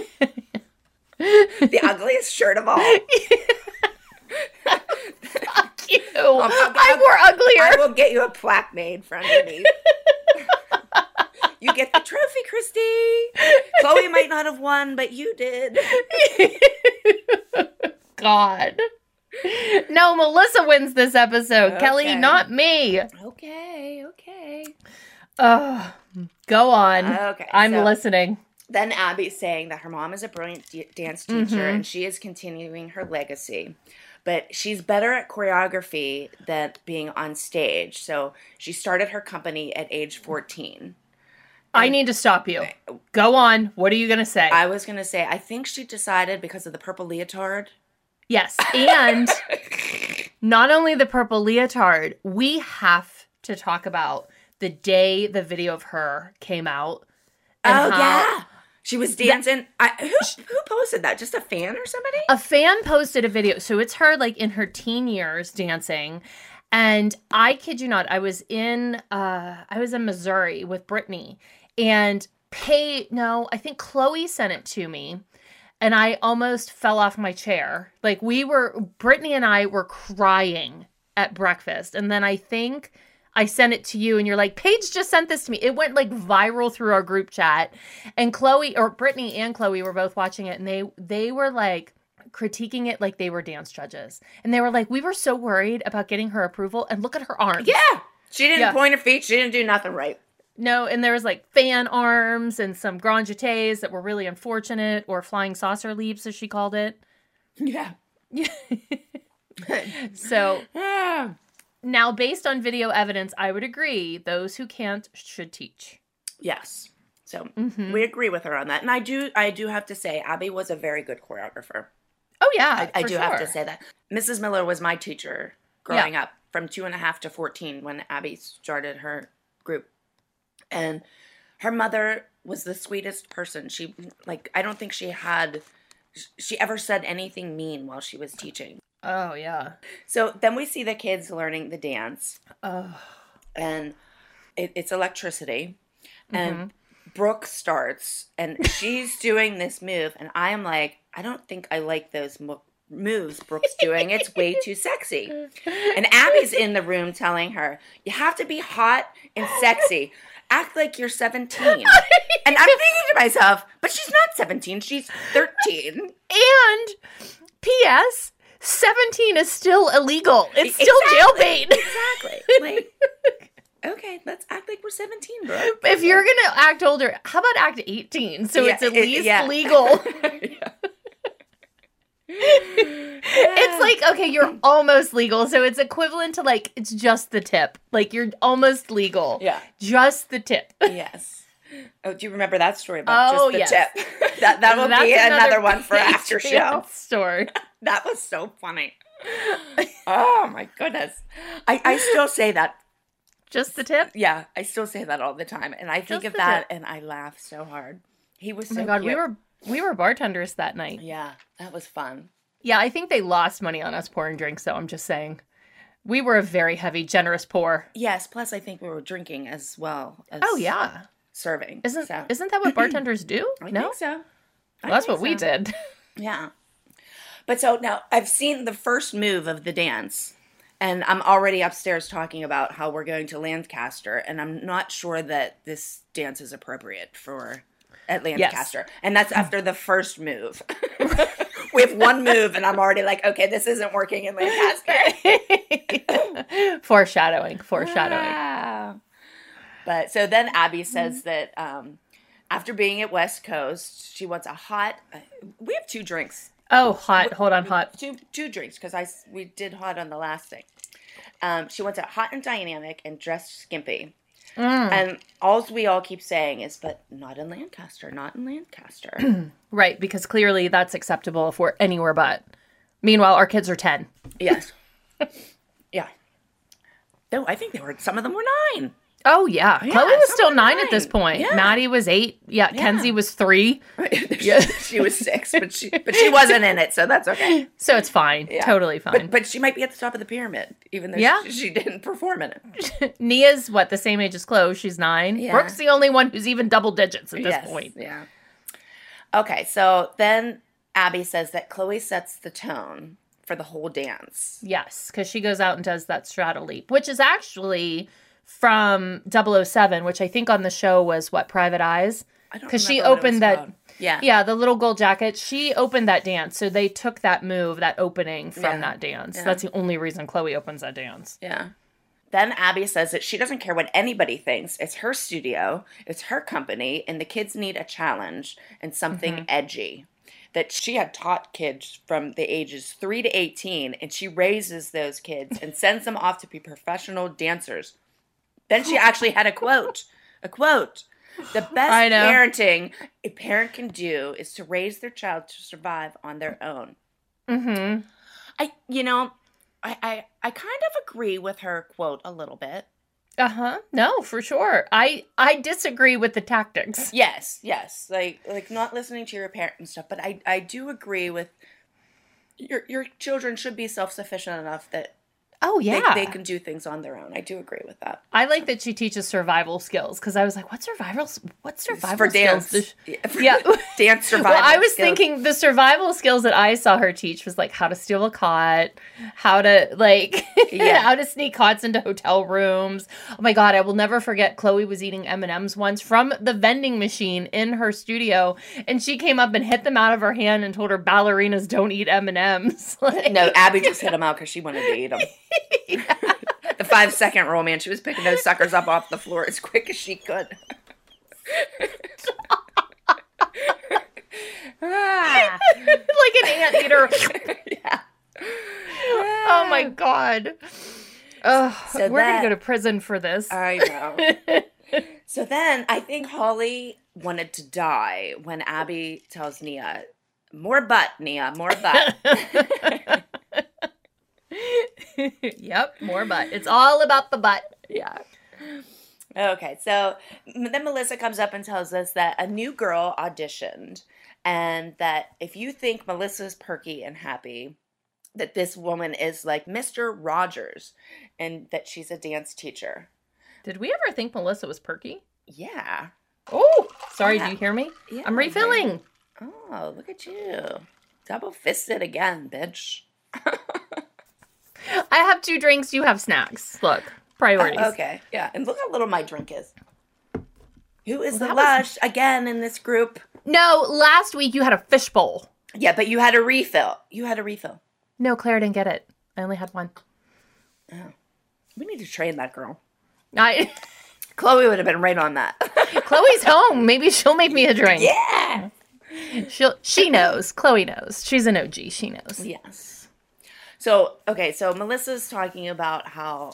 S4: the ugliest shirt of all.
S3: Ew.
S4: I'll-
S3: I wore uglier.
S4: oh, I will get you a plaque made for underneath. you get the trophy, Christy. Chloe might not have won, but you did.
S3: God. No, Melissa wins this episode. Kelly,
S4: Okay.
S3: not me.
S4: Okay, okay.
S3: Oh, go on.
S4: Okay,
S3: I'm
S4: so-
S3: listening.
S4: Then Abby's saying that her mom is a brilliant d- dance teacher and she is continuing her legacy. But she's better at choreography than being on stage. So she started her company at age 14.
S3: I need to stop you. Go on. What are you going to say?
S4: I was going to say, I think she decided because of the purple leotard.
S3: yes. And not only the purple leotard, we have to talk about the day the video of her came out.
S4: oh,
S3: how-
S4: yeah. She was dancing. I, who, who posted that? Just a fan or somebody?
S3: a fan posted a video so it's her like in her teen years dancing and i kid you not i was in uh i was in missouri with brittany and pay no i think chloe sent it to me and i almost fell off my chair like we were brittany and i were crying at breakfast and then i think I sent it to you and you're like, Paige just sent this to me. It went like viral through our group chat. And Chloe or Brittany and Chloe were both watching it and they they were like critiquing it like they were dance judges. And they were like, We were so worried about getting her approval and look at her arms.
S4: Yeah. She didn't
S3: Yeah.
S4: point her feet. She didn't do nothing right.
S3: No, and there was like fan arms and some grand jetés that were really unfortunate or flying saucer leaps as she called it.
S4: Yeah.
S3: So
S4: Ah.
S3: now based on video evidence, I would agree those who can't should teach.
S4: Yes. So we agree with her on that. And I do I do have to say Abby was a very good choreographer.
S3: Oh yeah.
S4: I
S3: for
S4: do have to
S3: sure.
S4: say that. Mrs. Miller was my teacher growing up from two and a half to fourteen when Abby started her group. And her mother was the sweetest person. She like I don't think she had she ever said anything mean while she was teaching.
S3: Oh yeah.
S4: So then we see the kids learning the dance. And it, it's electricity.
S3: Mm-hmm.
S4: And Brooke starts and she's doing this move. And I am like, I don't think I like those mo- moves Brooke's doing. It's way too sexy. And Abby's in the room telling her, You have to be hot and sexy. Act like you're 17. And I'm thinking to myself, But she's not 17. She's 13.
S3: And P.S. 17 is still illegal. It's still jailbait.
S4: E, Exactly. Like, okay, let's act like we're 17, bro.
S3: If you're going to act older, how about act 18 so
S4: Yeah,
S3: it's at
S4: it-
S3: least
S4: yeah.
S3: legal? It's like, okay, you're almost legal. So it's equivalent to like, it's just the tip. Like, you're almost legal.
S4: Yeah.
S3: Just the tip.
S4: yes. Oh, do you remember that story about
S3: Oh,
S4: just the
S3: yes.
S4: tip? that that will
S3: That's
S4: be another, one for
S3: Patreon
S4: after show.
S3: Story.
S4: That was so funny. oh my goodness. I, I still say that.
S3: Just the tip.
S4: Yeah, I still say that all the time. And I think
S3: Just
S4: of
S3: the
S4: that
S3: tip.
S4: and I laugh so hard. He was so
S3: Oh my God, we
S4: cute.
S3: were we were bartenders that night.
S4: Yeah, that was fun.
S3: Yeah, I think they lost money on us pouring drinks, though. I'm just saying. We were a very heavy, generous pour.
S4: Yes, plus I think we were drinking as well as
S3: Oh yeah.
S4: serving.
S3: Isn't
S4: so.
S3: isn't that what bartenders do?
S4: I
S3: no.
S4: think so. I
S3: Well, that's
S4: think
S3: what we
S4: so.
S3: did.
S4: Yeah. But so now I've seen the first move of the dance, and I'm already upstairs talking about how we're going to Lancaster, and I'm not sure that this dance is appropriate for at Lancaster. And that's after the first move. we have one move, and I'm already like, okay, this isn't working in Lancaster.
S3: foreshadowing,
S4: Ah.
S3: foreshadowing.
S4: Yeah. But so then Abby says that um, after being at West Coast, she wants a hot. uh, we have two drinks
S3: Oh, hot. Hold on, hot.
S4: two two drinks because I s- we did hot on the last thing. Um, she wants it hot and dynamic and dressed skimpy.
S3: Mm.
S4: And all we all keep saying is, but not in Lancaster, not in Lancaster.
S3: Right, because clearly that's acceptable if we're anywhere but. Meanwhile, our kids are 10.
S4: yes. Yeah. No, I think they were, some of them were nine.
S3: Oh, yeah. Chloe
S4: some
S3: was still
S4: were
S3: nine, at this
S4: nine.
S3: point.
S4: Yeah.
S3: Maddie was eight. Yeah, Kenzie was three.
S4: yeah. she was six, but she, but she wasn't in it, so that's okay.
S3: So it's fine. Totally fine.
S4: But, but she might be at the top of the pyramid, even though
S3: Yeah.
S4: she, she didn't perform in it.
S3: Nia's what, the same age as Chloe? She's nine.
S4: Yeah.
S3: Brooke's the only one who's even double digits at this
S4: Yes,
S3: point.
S4: Yeah. Okay, so then Abby says that Chloe sets the tone for the whole dance.
S3: Yes, because she goes out and does that straddle leap, which is actually from 007, which I think on the show was what, Private Eyes?
S4: I don't
S3: Because she
S4: remember what it was
S3: opened that.
S4: called. Yeah.
S3: Yeah, the little gold jacket. She opened that dance, so they took that move, that opening from
S4: Yeah,
S3: that dance. That's the only reason Chloe opens that dance.
S4: Yeah. Then Abby says that she doesn't care what anybody thinks. It's her studio, it's her company, and the kids need a challenge and something
S3: Mm-hmm.
S4: edgy. That she had taught kids from the ages 3 to 18, and she raises those kids and sends them off to be professional dancers. Then she actually had a quote a quote. The best
S3: I know.
S4: parenting a parent can do is to raise their child to survive on their own.
S3: Mm-hmm.
S4: I, you know, I, I, I kind of agree with her quote a little bit.
S3: Uh huh. No, for sure. I I disagree with the tactics.
S4: Yes, yes, like like not listening to your parent and stuff. But I, I do agree with your your children should be self sufficient enough that
S3: Oh
S4: they-
S3: yeah.
S4: they, can do things on their own. I do agree with that.
S3: I like that she teaches survival skills because I was like, what survival? s- What survival
S4: for dance,
S3: skills? does she-
S4: yeah, for
S3: Yeah.
S4: dance survival.
S3: Well, I was
S4: skills.
S3: thinking the survival skills that I saw her teach was like how to steal a cot, how to like
S4: Yeah.
S3: how to sneak cots into hotel rooms. Oh my god, I will never forget Chloe was eating M&Ms once from the vending machine in her studio and she came up and hit them out of her hand and told her ballerinas don't eat M&Ms. Like,
S4: No, Abby just hit him out because she wanted to eat them. the five second rule, man. She was picking those suckers up off the floor as quick as she could. Ah.
S3: like an anteater. Oh my god. Ugh,
S4: So
S3: we're
S4: that-
S3: going to go to prison for this.
S4: I know. so then I think Holly wanted to die when Abby tells Nia, more butt, Nia, more butt.
S3: yep, more butt. It's all about the butt.
S4: yeah. Okay, so m- then Melissa comes up and tells us that a new girl auditioned, and that if you think Melissa's perky and happy, that this woman is like Mr. Rogers and that she's a dance teacher.
S3: Did we ever think Melissa was perky?
S4: Yeah.
S3: Oh, sorry.
S4: Yeah.
S3: Do you hear me?
S4: Yeah,
S3: I'm refilling.
S4: Oh, look at you. Double fisted again, bitch.
S3: I have two drinks. You have snacks. Look, priorities.
S4: Okay. Yeah. And look how little my drink is. Who is the
S3: that was-
S4: lush again in this group?
S3: No, last week you had a fishbowl.
S4: Yeah, but you had a refill. You had a refill.
S3: No, Claire didn't get it. I only had one.
S4: We need to train that girl.
S3: I,
S4: Chloe would have been right on that.
S3: Chloe's home. Maybe she'll make me a drink.
S4: yeah.
S3: She'll. She knows. Chloe knows. She's an OG. She knows.
S4: Yes. So, okay, so Melissa's talking about how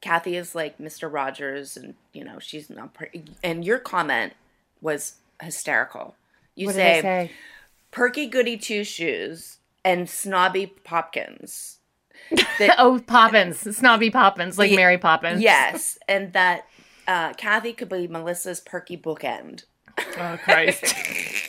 S4: Kathy is like Mr. Rogers and, you know, she's not pretty. And your comment was hysterical. You
S3: What did
S4: say,
S3: I say?
S4: perky goody two shoes and snobby popkins.
S3: Oh, Poppins. Snobby Poppins, like Mary Poppins.
S4: Yes, and that uh, Kathy could be Melissa's perky bookend.
S3: Oh, Christ.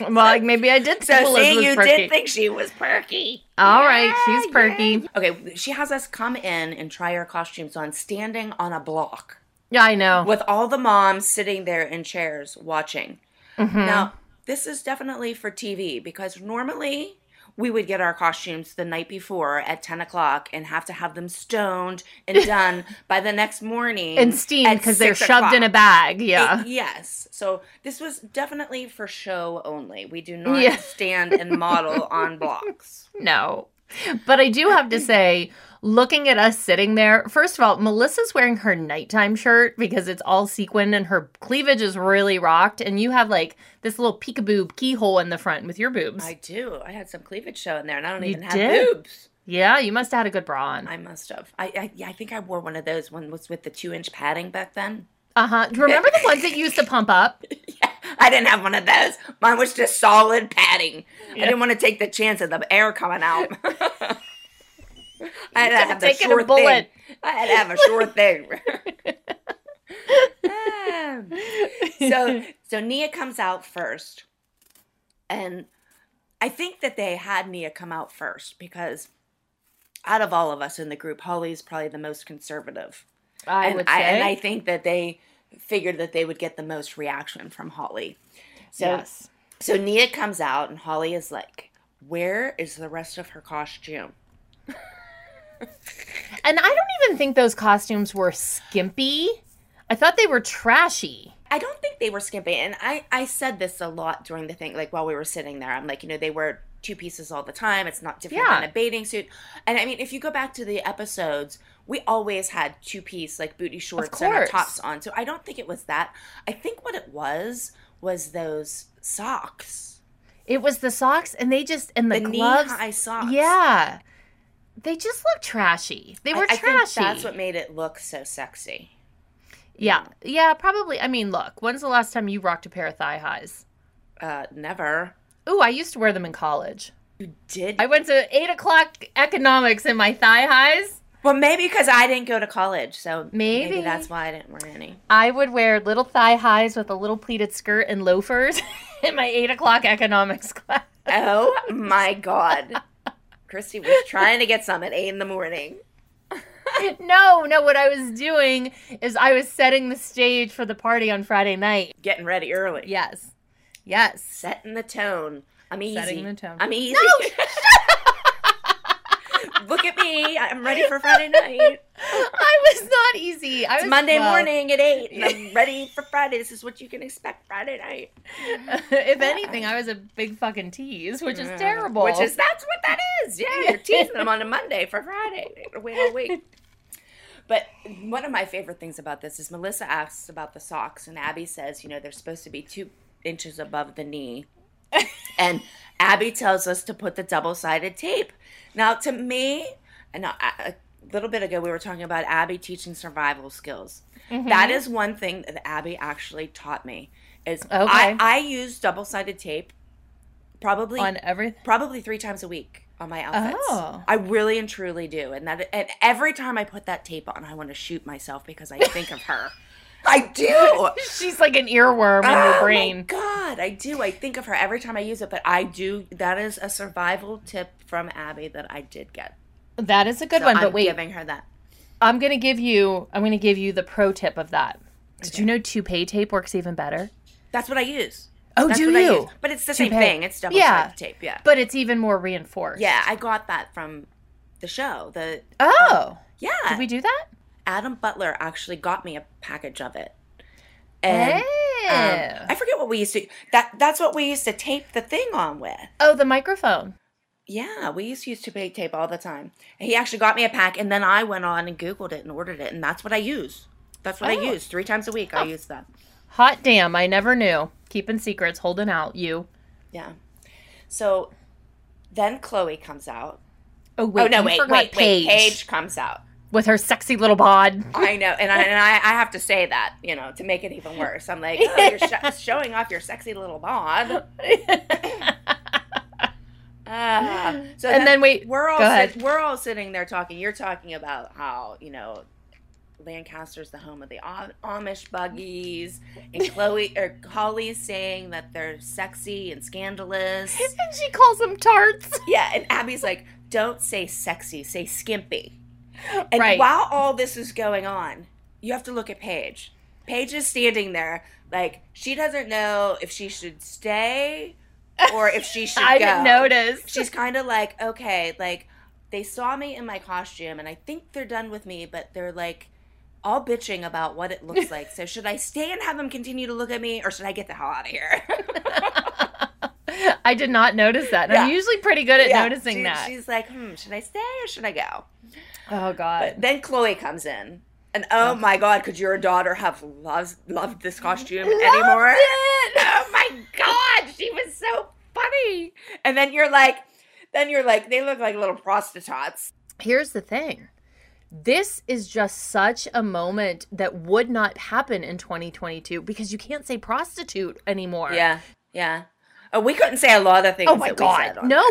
S3: well, like maybe I did.
S4: So
S3: think Melissa's
S4: see, you
S3: perky.
S4: did think she was perky.
S3: All right, she's perky.
S4: Okay, she has us come in and try our costumes on standing on a block
S3: Yeah, I know.
S4: with all the moms sitting there in chairs watching.
S3: Mm-hmm.
S4: Now, this is definitely for TV because normally we would get our costumes the night before at 10 o'clock and have to have them stoned and done by the next morning.
S3: and steam
S4: at
S3: because they're
S4: 6
S3: shoved in a
S4: o'clock.
S3: bag. Yeah.
S4: It- yes. So this was definitely for show only. We do not
S3: Yeah.
S4: stand and model on blocks.
S3: no. But I do have to say, looking at us sitting there, first of all, Melissa's wearing her nighttime shirt because it's all sequined and her cleavage is really rocked. And you have like this little peekaboo keyhole in the front with your boobs.
S4: I do. I had some cleavage show in there, and I don't
S3: You
S4: even
S3: did?
S4: have boobs.
S3: yeah, you must have had a good bra on.
S4: I must have. I, I yeah, I think I wore one of those. One was with the two inch padding back then.
S3: Uh huh. Remember the ones that used to pump up?
S4: Yeah, I didn't have one of those. Mine was just solid padding. I didn't want to take the chance of the air coming out. I had to have the
S3: taken a
S4: sure thing.
S3: bullet.
S4: I had to have a sure thing. Ah. so so Nia comes out first, and I think that they had Nia come out first because out of all of us in the group, Holly is probably the most conservative
S3: I
S4: and
S3: would say.
S4: I, and I think that they figured that they would get the most reaction from Holly. So,
S3: yes.
S4: so Nia comes out, and Holly is like, "Where is the rest of her costume?"
S3: And I don't even think those costumes were skimpy. I thought they were trashy.
S4: I don't think they were skimpy, and I I said this a lot during the thing, like while we were sitting there. I'm like, you know, they wear two pieces all the time. It's not different
S3: Yeah.
S4: than a bathing suit. And I mean, if you go back to the episodes, we always had two piece like booty shorts and our
S3: course.
S4: tops on. So I don't think it was that. I think what it was was those socks.
S3: It was the socks and they just and the,
S4: The
S3: gloves.
S4: knee-high socks.
S3: Yeah. They just look trashy. They were
S4: I, I
S3: trashy.
S4: think that's what made it look so sexy.
S3: yeah. Yeah, probably. I mean, look, when's the last time you rocked a pair of thigh highs?
S4: Uh, never.
S3: Ooh, I used to wear them in college.
S4: Did
S3: I went to eight o'clock economics in my thigh highs.
S4: well, maybe because I didn't go to college, so maybe.
S3: Maybe.
S4: that's why I didn't wear any.
S3: I would wear little thigh highs with a little pleated skirt and loafers in my eight o'clock economics class.
S4: Oh my god, Christy was trying to get some at eight in the morning.
S3: No, no, what I was doing is I was setting the stage for the party on Friday night.
S4: Getting ready early.
S3: Yes. Yes.
S4: Setting the tone. I'm easy.
S3: Setting the tone.
S4: I'm easy. Look at me. I'm ready for Friday night.
S3: I was not easy. I
S4: It's
S3: was
S4: Monday
S3: well,
S4: morning at eight. And I'm ready for Friday. This is what you can expect Friday night.
S3: if anything, I was a big fucking tease, which is terrible.
S4: Which is that's what that is. Yeah, you're teasing them on a Monday for Friday. Wait all week. But one of my favorite things about this is Melissa asks about the socks, and Abby says, you know, they're supposed to be two inches above the knee. and Abby tells us to put the double sided tape. Now, to me, and I- a little bit ago, we were talking about Abby teaching survival skills.
S3: Mm-hmm.
S4: That is one thing that Abby actually taught me. Is
S3: Okay.
S4: I, I use double sided tape probably
S3: on everything.
S4: probably three times a week on my outfits.
S3: Oh.
S4: I really and truly do, and that and every time I put that tape on, I want to shoot myself because I think of her. I do.
S3: She's like an earworm in
S4: Oh
S3: your
S4: my
S3: brain.
S4: god, I do. I think of her every time I use it, but I do. That is a survival tip from Abby that I did get.
S3: That is a good
S4: So
S3: one,
S4: I'm
S3: but wait.
S4: giving her that.
S3: I'm going to give you I'm going to give you the pro tip of that. Did you know toupee tape works even better?
S4: That's what I use.
S3: Oh,
S4: That's
S3: do
S4: what I
S3: you?
S4: use. But it's the same
S3: Toupee.
S4: thing. It's double
S3: Yeah.
S4: sided tape. Yeah.
S3: But it's even more reinforced.
S4: yeah, I got that from the show. The
S3: Oh.
S4: yeah.
S3: Did we do that?
S4: Adam Butler actually got me a package of it. And
S3: Oh.
S4: um, I forget what we used to that that's what we used to tape the thing on with.
S3: Oh, the microphone.
S4: Yeah, we used to use tape tape all the time. And he actually got me a pack and then I went on and googled it and ordered it and that's what I use. That's
S3: Oh.
S4: what I use. 3 times a week I use that.
S3: Hot damn, I never knew. Keeping secrets, holding out, you.
S4: Yeah. So then Chloe comes out.
S3: Oh, wait,
S4: oh no,
S3: you
S4: wait,
S3: forgot
S4: wait,
S3: Paige.
S4: wait. Paige comes out.
S3: With her sexy little bod.
S4: I know, and I, and I, I have to say that, you know, to make it even worse. I'm like, oh, you're sh- showing off your sexy little bod. Ah. so
S3: And then wait,
S4: we're all
S3: go
S4: sit-
S3: ahead.
S4: we're all sitting there talking. You're talking about how you know Lancaster's the home of the Am- Amish buggies, and Chloe or Holly's saying that they're sexy and scandalous.
S3: And she calls them tarts.
S4: Yeah, and Abby's like, don't say sexy, say skimpy. And
S3: Right.
S4: while all this is going on, you have to look at Paige. Paige is standing there, like, she doesn't know if she should stay or if she should
S3: I
S4: go.
S3: didn't notice.
S4: She's kind of like, okay, like, they saw me in my costume and I think they're done with me, but they're like, all bitching about what it looks like. So should I stay and have them continue to look at me, or should I get the hell out of here?
S3: I did not notice that. And I'm
S4: Yeah.
S3: usually pretty good at
S4: Yeah,
S3: noticing
S4: she-
S3: that.
S4: She's like, hmm, should I stay or should I go?
S3: Oh, God.
S4: Then Chloe comes in. And oh my god, could your daughter have loves, loved this costume anymore? Oh my god, she was so funny. And then you're like, then you're like, they look like little prostitutes.
S3: Here's the thing
S5: This is just such a moment that would not happen in 2022 because you can't say prostitute anymore.
S4: Yeah, yeah. Oh, we couldn't say a lot of things.
S5: Oh my
S4: that we said
S5: God.
S4: on
S5: No,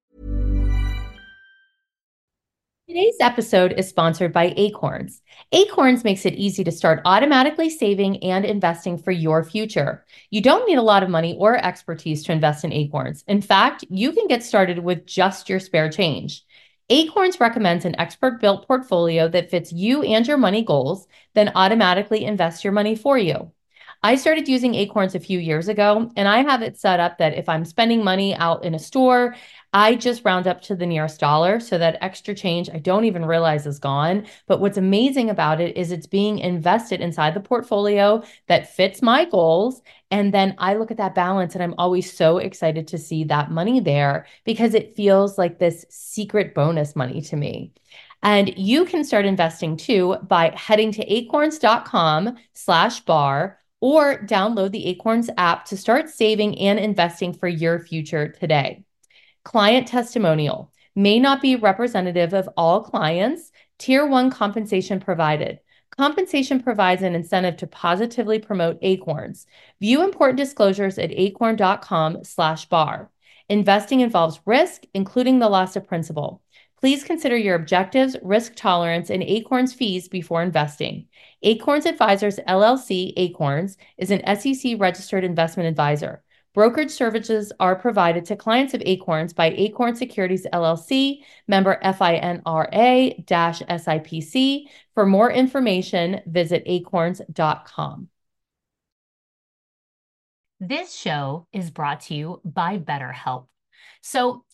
S3: Today's episode is sponsored by Acorns. Acorns makes it easy to start automatically saving and investing for your future. You don't need a lot of money or expertise to invest in Acorns. In fact, you can get started with just your spare change. Acorns recommends an expert built portfolio that fits you and your money goals, then automatically invests your money for you. I started using Acorns a few years ago, and I have it set up that if I'm spending money out in a store, I just round up to the nearest dollar so that extra change I don't even realize is gone. But what's amazing about it is it's being invested inside the portfolio that fits my goals. And then I look at that balance and I'm always so excited to see that money there because it feels like this secret bonus money to me. And you can start investing too by heading to acorns.com slash bar or download the Acorns app to start saving and investing for your future today. Client testimonial may not be representative of all clients. Tier one compensation provided. Compensation provides an incentive to positively promote Acorns. View important disclosures at acorn.com slash bar. Investing involves risk, including the loss of principal. Please consider your objectives, risk tolerance, and Acorns fees before investing. Acorns Advisors LLC Acorns is an SEC registered investment advisor. Brokerage services are provided to clients of Acorns by Acorn Securities LLC, member FINRA SIPC. For more information, visit acorns.com. This show is brought to you by BetterHelp. So,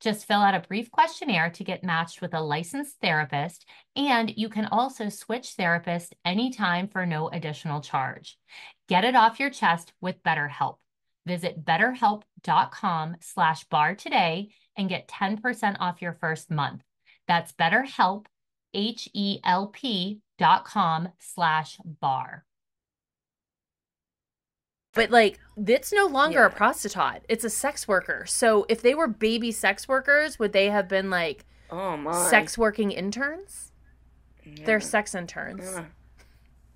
S3: Just fill out a brief questionnaire to get matched with a licensed therapist, and you can also switch therapists anytime for no additional charge. Get it off your chest with BetterHelp. Visit betterhelp.com slash bar today and get 10% off your first month. That's betterhelp, E H-E-L-P dot com slash bar. But like, it's no longer a prostitute; it's a sex worker. So if they were baby sex workers, would they have been like
S4: Oh my.
S3: sex working interns? They're sex interns.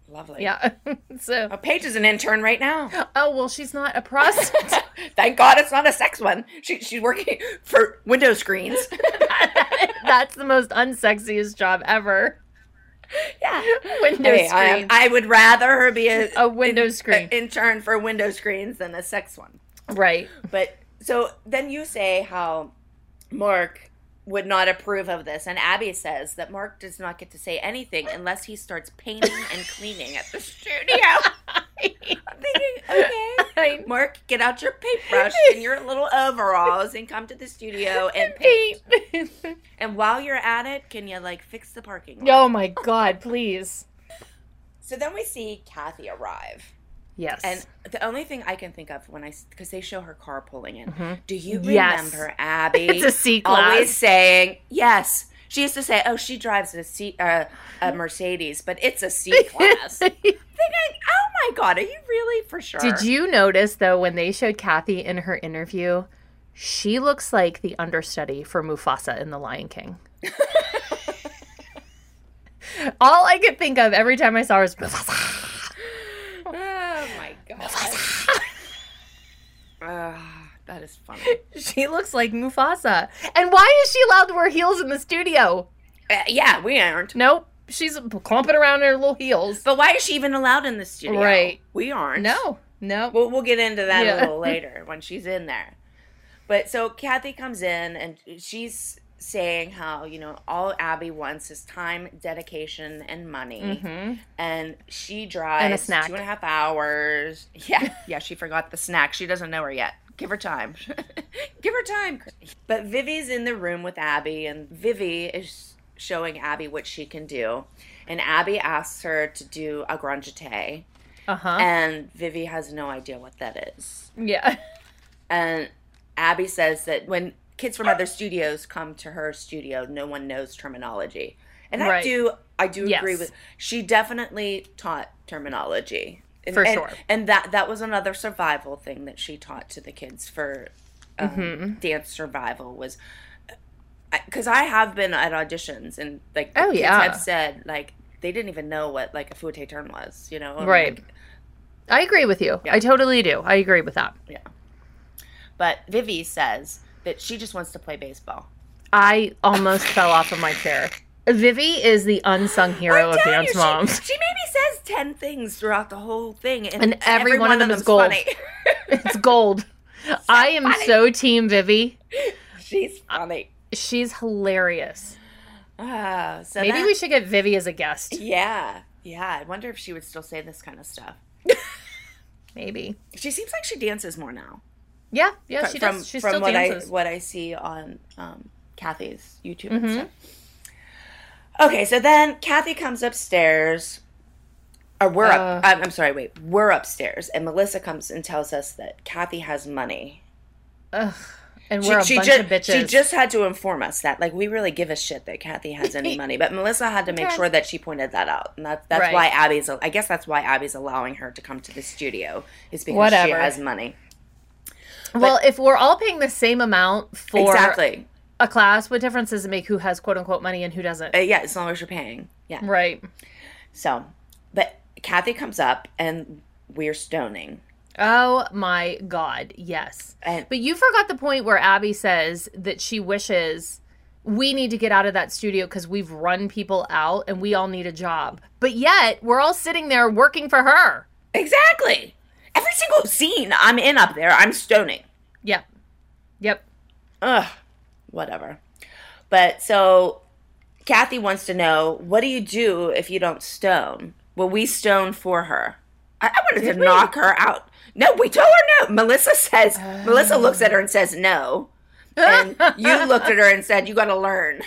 S4: Lovely.
S3: Yeah. so
S4: Oh, Paige is an intern right now.
S3: oh well, she's not a prostitute.
S4: Thank God it's not a sex one. She, she's working for window screens.
S3: That's the most unsexiest job ever.
S4: yeah.
S3: Window
S4: Hey, I,
S3: screen.
S4: I would rather her be a,
S3: A window screen.
S4: a intern for window screens than a sex one.
S3: right.
S4: But so then you say how Mark would not approve of this, and Abby says that Mark does not get to say anything unless he starts painting and cleaning at the studio. I'm thinking, okay, Mark, get out your paintbrush and your little overalls and come to the studio and paint. And while you're at it, can you like fix the parking lot?
S3: oh my god, please.
S4: So then we see Kathy arrive.
S3: Yes.
S4: And the only thing I can think of when I, because they show her car pulling in. Do you remember
S3: Mm-hmm. Yes.
S4: Abby?
S3: It's a C-Class.
S4: Always saying yes. She used to say, "Oh, she drives a C, uh, a Mercedes, but it's a C class." thinking, "Oh my god, are you really for sure?"
S3: Did you notice though when they showed Kathy in her interview, she looks like the understudy for Mufasa in The Lion King. All I could think of every time I saw her was Mufasa.
S4: Oh my god. Ah, that is funny.
S3: She looks like Mufasa. And why is she allowed to wear heels in the studio?
S4: Uh, yeah, we aren't.
S3: Nope. She's clomping around in her little heels.
S4: But why is she even allowed in the studio?
S3: Right.
S4: We aren't.
S3: No. No.
S4: We'll, we'll get into that a
S3: Yeah.
S4: little later when she's in there. But so Kathy comes in and she's saying how, you know, all Abby wants is time, dedication, and money. Mm-hmm. And she drives
S3: snack.
S4: two and a half hours. Yeah. Yeah. She forgot the snack. She doesn't know her yet. Give her time. Give her time. But Vivi's in the room with Abby, and Vivi is showing Abby what she can do. And Abby asks her to do a grangete
S3: Uh-huh.
S4: and Vivi has no idea what that is.
S3: yeah.
S4: And Abby says that when kids from other studios come to her studio, no one knows terminology. And I
S3: Right.
S4: do I do agree
S3: Yes.
S4: with she definitely taught terminology. And,
S3: For
S4: and-
S3: sure.
S4: And that that was another survival thing that she taught to the kids for um,
S3: Mm-hmm.
S4: dance survival was because I have been at auditions and like the
S3: Oh,
S4: kids
S3: yeah.
S4: have said like they didn't even know what like a fute term was, you know? And,
S3: Right.
S4: like,
S3: I agree with you. I totally do. I agree with that.
S4: But Vivi says that she just wants to play baseball.
S3: I almost fell off of my chair. Vivi is the unsung hero of dance
S4: she,
S3: moms.
S4: She maybe says ten things throughout the whole thing, and,
S3: And every one of them is
S4: them's
S3: gold.
S4: funny.
S3: It's gold. I am so team Vivi.
S4: She's funny.
S3: She's hilarious.
S4: Ah, so
S3: Maybe
S4: that-
S3: we should get Vivi as a guest.
S4: Yeah, yeah. I wonder if she would still say this kind of stuff.
S3: Maybe.
S4: She seems like she dances more now.
S3: Yeah, yeah, she
S4: from
S3: does. She
S4: from
S3: still
S4: what
S3: dances.
S4: I what I see on um, Kathy's YouTube
S3: Mm-hmm.
S4: and stuff. Okay, so then Kathy comes upstairs, or we're up.
S3: Uh.
S4: I'm, I'm sorry, wait, we're upstairs, and Melissa comes and tells us that Kathy has money.
S3: and we're a bunch
S4: ju-
S3: of bitches.
S4: she just had to inform us that, like, we really give a shit that Kathy has any money, but Melissa had to make sure that she pointed that out, and that, that's
S3: Right.
S4: why Abby's. I guess that's why Abby's allowing her to come to the studio is because she
S3: Whatever.
S4: has money.
S3: well, if we're all paying the same amount for
S4: exactly.
S3: a class, what difference does it make who has quote unquote money and who doesn't?
S4: Uh, yeah, as long as you're paying. Yeah.
S3: right.
S4: So, but Kathy comes up and we're stoning.
S3: Oh my God, yes.
S4: And-
S3: but you forgot the point where Abby says that she wishes we need to get out of that studio because we've run people out and we all need a job. But yet we're all sitting there working for her.
S4: Exactly. Every single scene I'm in up there, I'm stoning.
S3: Yep. Yep.
S4: Ugh, whatever. But so Kathy wants to know what do you do if you don't stone? Well, we stone for her. I, I wanted to knock her out. No, we told her no. Melissa says,
S3: Oh.
S4: Melissa looks at her and says no. And you looked at her and said, you got to learn.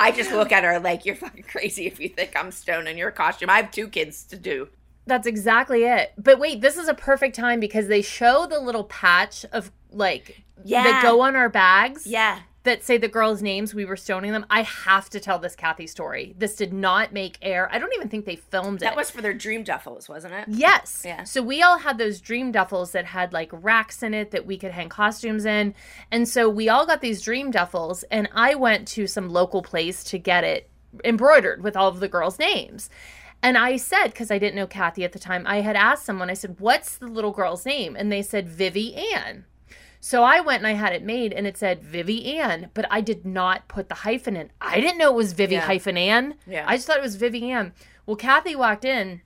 S4: I just look at her like, you're fucking crazy if you think I'm stoning your costume. I have two kids to do.
S3: That's exactly it. But wait, this is a perfect time because they show the little patch of like
S4: Yeah.
S3: that go on our bags.
S4: Yeah.
S3: that say the girls' names, we were stoning them. I have to tell this Kathy story. This did not make air. I don't even think they filmed it.
S4: That was for their dream duffels, wasn't it?
S3: Yes.
S4: Yeah.
S3: So we all had those dream duffels that had like racks in it that we could hang costumes in. And so we all got these dream duffels, and I went to some local place to get it embroidered with all of the girls' names. And I said, because I didn't know Kathy at the time, I had asked someone, I said, what's the little girl's name? And they said, Vivi Ann. So I went and I had it made and it said Vivi Ann, but I did not put the hyphen in. I didn't know it was Vivi
S4: Yeah.
S3: hyphen Ann.
S4: Yeah.
S3: I just thought it was Vivi Ann. Well, Kathy walked in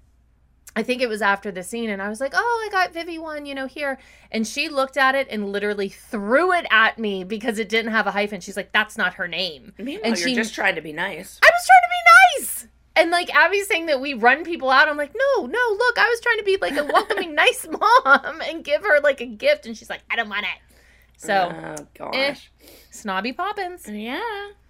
S3: I think it was after the scene, and I was like, "Oh, I got Vivi one, you know, here." And she looked at it and literally threw it at me because it didn't have a hyphen. She's like, "That's not her name."
S4: Meanwhile,
S3: and
S4: Oh, you're
S3: she,
S4: just trying to be nice.
S3: I was trying to be nice, and like Abby's saying that we run people out. I'm like, "No, no, look, I was trying to be like a welcoming, nice mom and give her like a gift," and she's like, "I don't want it." So
S4: oh gosh.
S3: eh, snobby Poppins.
S4: Yeah,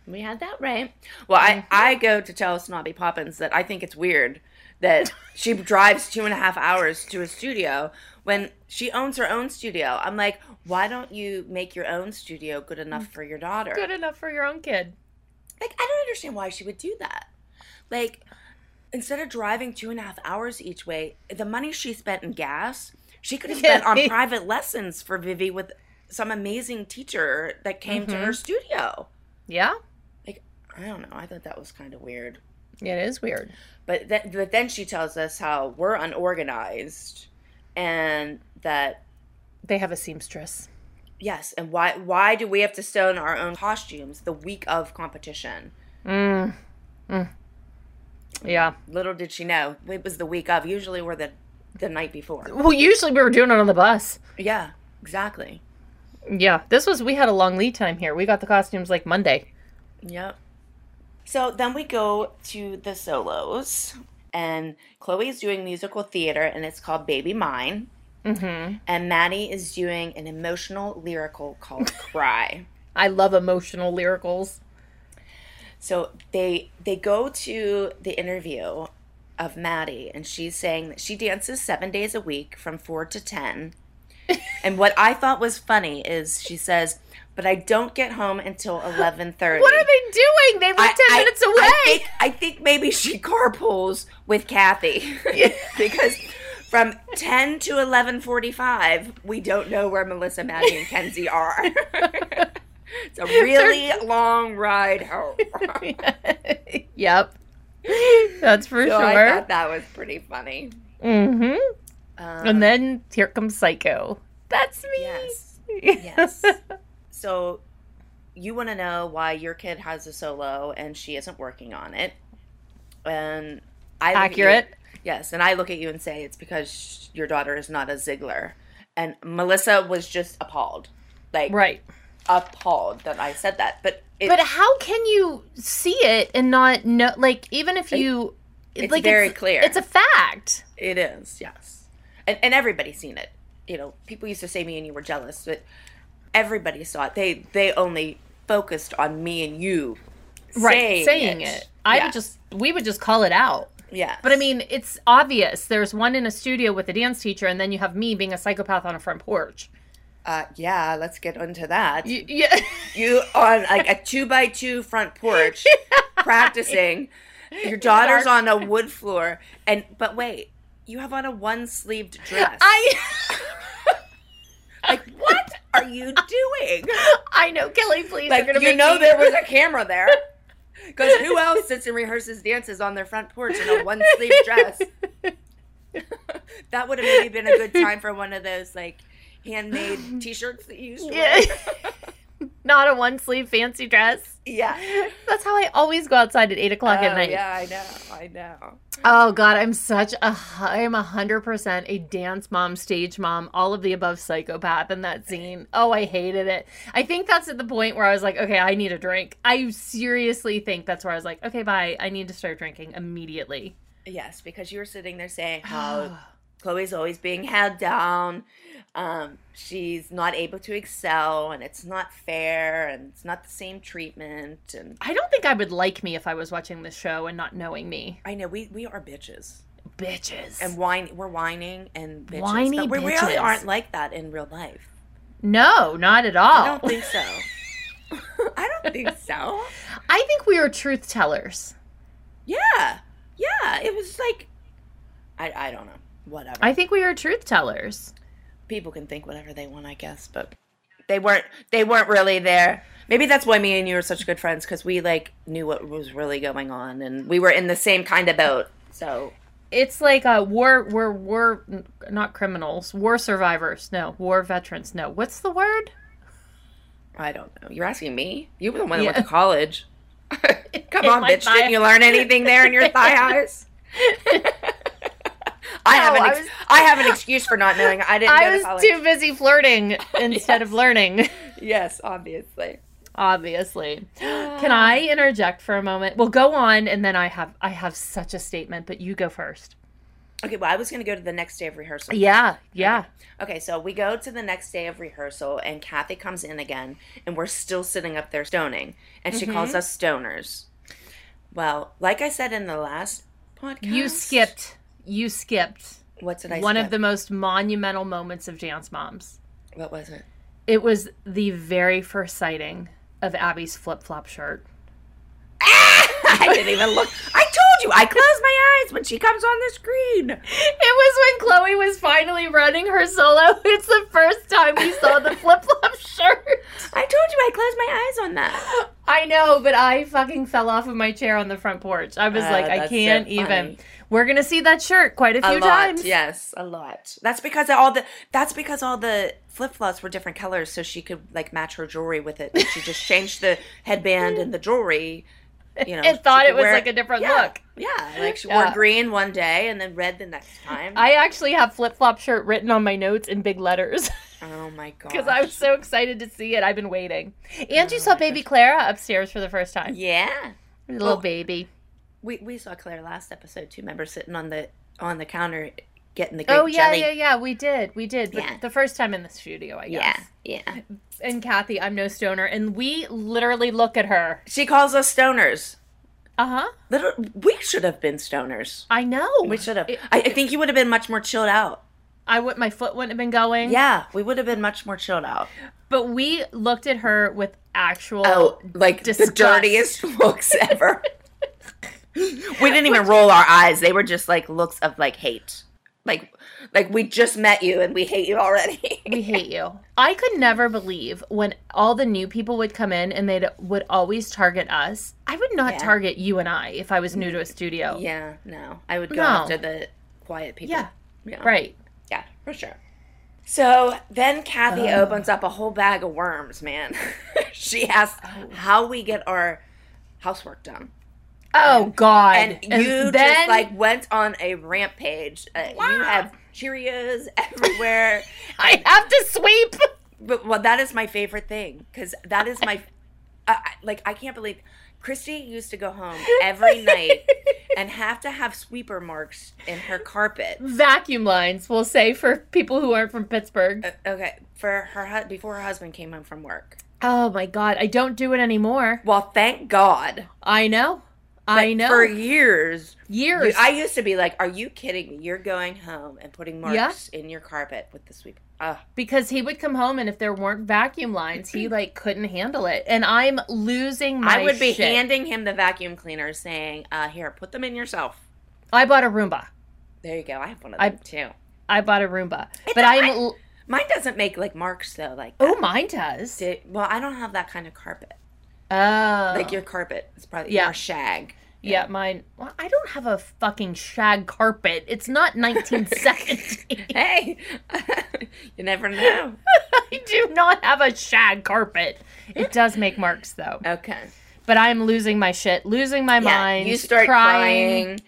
S4: we had that right. Mm-hmm. Well, I, I go to tell Snobby Poppins that I think it's weird that she drives two and a half hours to a studio when she owns her own studio. I'm like, why don't you make your own studio good enough for your daughter?
S3: Good enough for your own kid.
S4: Like, I don't understand why she would do that. Like, instead of driving two and a half hours each way, the money she spent in gas, she could have spent on private lessons for Vivi with some amazing teacher that came to her studio.
S3: Yeah,
S4: Like, I don't know. I thought that was kind of weird.
S3: it is weird.
S4: But th- but then she tells us how we're unorganized, and that
S3: They have a seamstress.
S4: yes, and why why do we have to sew in our own costumes the week of competition?
S3: Yeah.
S4: Little did she know it was the week of. Usually we're the the night before.
S3: Well, usually we were doing it on the bus.
S4: Yeah, exactly.
S3: Yeah, this was we had a long lead time here. We got the costumes like Monday.
S4: Yep. So then we go to the solos, and Chloe's doing musical theater, and it's called Baby Mine. Mm-hmm. And Maddie is doing an emotional lyrical called Cry.
S3: I love emotional lyricals.
S4: So they they go to the interview of Maddie, and she's saying that she dances seven days a week from four to ten. and what I thought was funny is she says, "But I don't get home until eleven thirty.
S3: What are they doing? They live ten minutes away.
S4: I think, I think maybe she carpools with Kathy because from ten to eleven forty-five, we don't know where Melissa, Maddie, and Kenzie are. it's a really long ride home.
S3: yep, that's for
S4: So I
S3: sure.
S4: thought that was pretty funny.
S3: mm-hmm.
S4: Um,
S3: and then here comes Psycho. That's me.
S4: yes, yes. so you want to know why your kid has a solo and she isn't working on it, and I look at you-
S3: Accurate.
S4: yes, and I look at you and say it's because your daughter is not a Ziegler, and Melissa was just appalled, like
S3: Right.
S4: appalled that I said that, but. It,
S3: But how can you see it and not know? Like even if you,
S4: it's very clear.
S3: It's a fact.
S4: It is, yes. And, and everybody's seen it. You know, people used to say me and you were jealous, but everybody saw it. They they only focused on me and you
S3: Right. Saying it. I
S4: Yeah.
S3: would just we would just call it out.
S4: yeah.
S3: But I mean, it's obvious. There's one in a studio with a dance teacher, and then you have me being a psychopath on a front porch.
S4: uh, yeah, let's get into that. You,
S3: Y- Yeah.
S4: on like a two by two front porch practicing. Your daughter's on a wood floor, and but wait, you have on a one sleeved dress.
S3: I
S4: like what are you doing?
S3: I know, Kelly. Please,
S4: like
S3: you're gonna
S4: you
S3: make
S4: know
S3: me-
S4: there was a camera there because who else sits and rehearses dances on their front porch in a one sleeve dress that would have maybe been a good time for one of those like handmade t-shirts that you used to wear.
S3: Yeah. not a one sleeve fancy dress.
S4: yeah
S3: That's how I always go outside at eight o'clock at
S4: Oh,
S3: night.
S4: yeah i know i know
S3: Oh God, I'm such a I'm a hundred percent a dance mom, stage mom, all of the above psychopath in that scene. Oh, I hated it. I think that's at the point where I was like, okay, I need a drink. I seriously think that's where I was like, okay, bye. I need to start drinking immediately.
S4: yes because you were sitting there saying how chloe's always being held down um, she's not able to excel and it's not fair and it's not the same treatment and
S3: I don't think I would like me if I was watching this show and not knowing me.
S4: i know we, we are bitches
S3: Bitches.
S4: and whine we're whining and bitches.
S3: Whiny
S4: but we really
S3: bitches.
S4: aren't like that in real life.
S3: no, not at all.
S4: I don't think so. I I don't think so.
S3: I think we were truth tellers.
S4: Yeah. Yeah. It was like, I, I don't know. Whatever.
S3: I think we were truth tellers.
S4: People can think whatever they want, I guess, but they weren't. They weren't really there. Maybe that's why me and you were such good friends because we like knew what was really going on, and we were in the same kind of boat. So
S3: It's like uh, war, we're, we're not criminals, war survivors. No, war veterans. No. What's the word?
S4: I don't know. You're asking me. You were the one that went to college. Come
S3: In
S4: on,
S3: my
S4: bitch.
S3: thigh-
S4: Didn't you learn anything there in your thigh highs? I have an
S3: I
S4: ex-
S3: was-
S4: I have an excuse for not knowing. I didn't. go
S3: I
S4: to
S3: was
S4: college.
S3: too busy flirting instead of learning.
S4: Yes, obviously.
S3: Obviously. Can I interject for a moment? Well, go on, and then I have I have such a statement, but you go first.
S4: Okay, well, I was going to go to the next day of rehearsal.
S3: Yeah, yeah.
S4: Okay, so we go to the next day of rehearsal, and Kathy comes in again, and we're still sitting up there stoning, and she
S3: Mm-hmm.
S4: calls us stoners. Well, like I said in the last podcast,
S3: You skipped. You skipped
S4: What did I?
S3: one of
S4: skip?
S3: the most monumental moments of Dance Moms.
S4: What was it?
S3: It was the very first sighting of Abby's flip flop shirt.
S4: I didn't even look. I told you, I close my eyes when she comes on the screen.
S3: It was when Chloe was finally running her solo. It's the first time we saw the flip flop shirt.
S4: I told you, I close my eyes on that.
S3: I know, but I fucking fell off of my chair on the front porch. I was
S4: Oh,
S3: like, I
S4: that's so
S3: can't
S4: funny.
S3: even. We're gonna see that shirt quite a few
S4: a lot,
S3: times.
S4: yes, a lot. That's because all the that's because all the flip flops were different colors, so she could like match her jewelry with it. She just changed the headband and the jewelry. You know,
S3: And
S4: she
S3: thought
S4: could
S3: it was,
S4: wear-
S3: like, a different
S4: Yeah,
S3: look.
S4: Yeah, like she
S3: Yeah.
S4: wore green one day and then red the next time.
S3: I actually have flip flop shirt written on my notes in big letters
S4: oh my god!
S3: because I was so excited to see it. I've been waiting. And you saw baby Clara upstairs for the first time.
S4: Oh yeah.
S3: Little
S4: Oh.
S3: baby.
S4: We we saw Claire last episode too. Remember sitting on the on the counter getting the grape
S3: Oh yeah,
S4: jelly.
S3: yeah, yeah. We did, we did. But
S4: Yeah.
S3: the first time in the studio, I guess.
S4: yeah, yeah.
S3: And Kathy, I'm no stoner, and we literally look at her.
S4: She calls us stoners.
S3: Uh huh.
S4: Little, we should have been stoners.
S3: I know.
S4: We should have.
S3: It-
S4: I, I think you would have been much more chilled out.
S3: I would. My foot wouldn't have been going.
S4: Yeah, we would have been much more chilled out.
S3: But we looked at her with actual.
S4: Oh, like
S3: disgust.
S4: the dirtiest looks ever. we didn't even roll our eyes. They were just like looks of like hate. Like, like we just met you and we hate you already.
S3: We hate you. I could never believe when all the new people would come in and they would always target us. I would not
S4: Yeah.
S3: target you and I if I was new to a studio.
S4: yeah, no, I would go
S3: No.
S4: after the quiet people.
S3: Yeah.
S4: yeah,
S3: Right.
S4: yeah, for sure. So then Kathy opens up a whole bag of worms, man. she asks how we get our housework done.
S3: Oh God.
S4: and you just like went on a rampage. Uh, You have Cheerios everywhere.
S3: I have to sweep.
S4: but well, that is my favorite thing because that is my uh, like I can't believe Christy used to go home every night and have to have sweeper marks in her carpet.
S3: Mm. Vacuum lines, we'll say for people who aren't from Pittsburgh.
S4: Okay, for her hu- before her husband came home from work.
S3: Oh my God, I don't do it anymore.
S4: Well, thank God.
S3: I know. I
S4: But
S3: know.
S4: For years,
S3: years.
S4: I used to be like, "Are you kidding me? You're going home and putting marks
S3: Yeah.
S4: in your carpet with the sweeper." Ugh.
S3: because he would come home and if there weren't vacuum lines he like couldn't handle it and i'm losing my
S4: I would be
S3: shit.
S4: handing him the vacuum cleaner, saying, uh, "Here, put them in yourself."
S3: i bought a roomba
S4: There you go. I have one of
S3: I-
S4: them too.
S3: i bought a roomba but i'm l-
S4: Mine doesn't make like marks though. Like,
S3: oh mine does
S4: that. well, I don't have that kind of carpet.
S3: oh
S4: Like your carpet is probably
S3: Yeah.
S4: more shag.
S3: yeah mine well, i don't have a fucking shag carpet it's not 1970
S4: Hey, you never know.
S3: i do not have a shag carpet it does make marks though
S4: Okay,
S3: but i'm losing my shit losing my
S4: yeah,
S3: mind
S4: you start crying.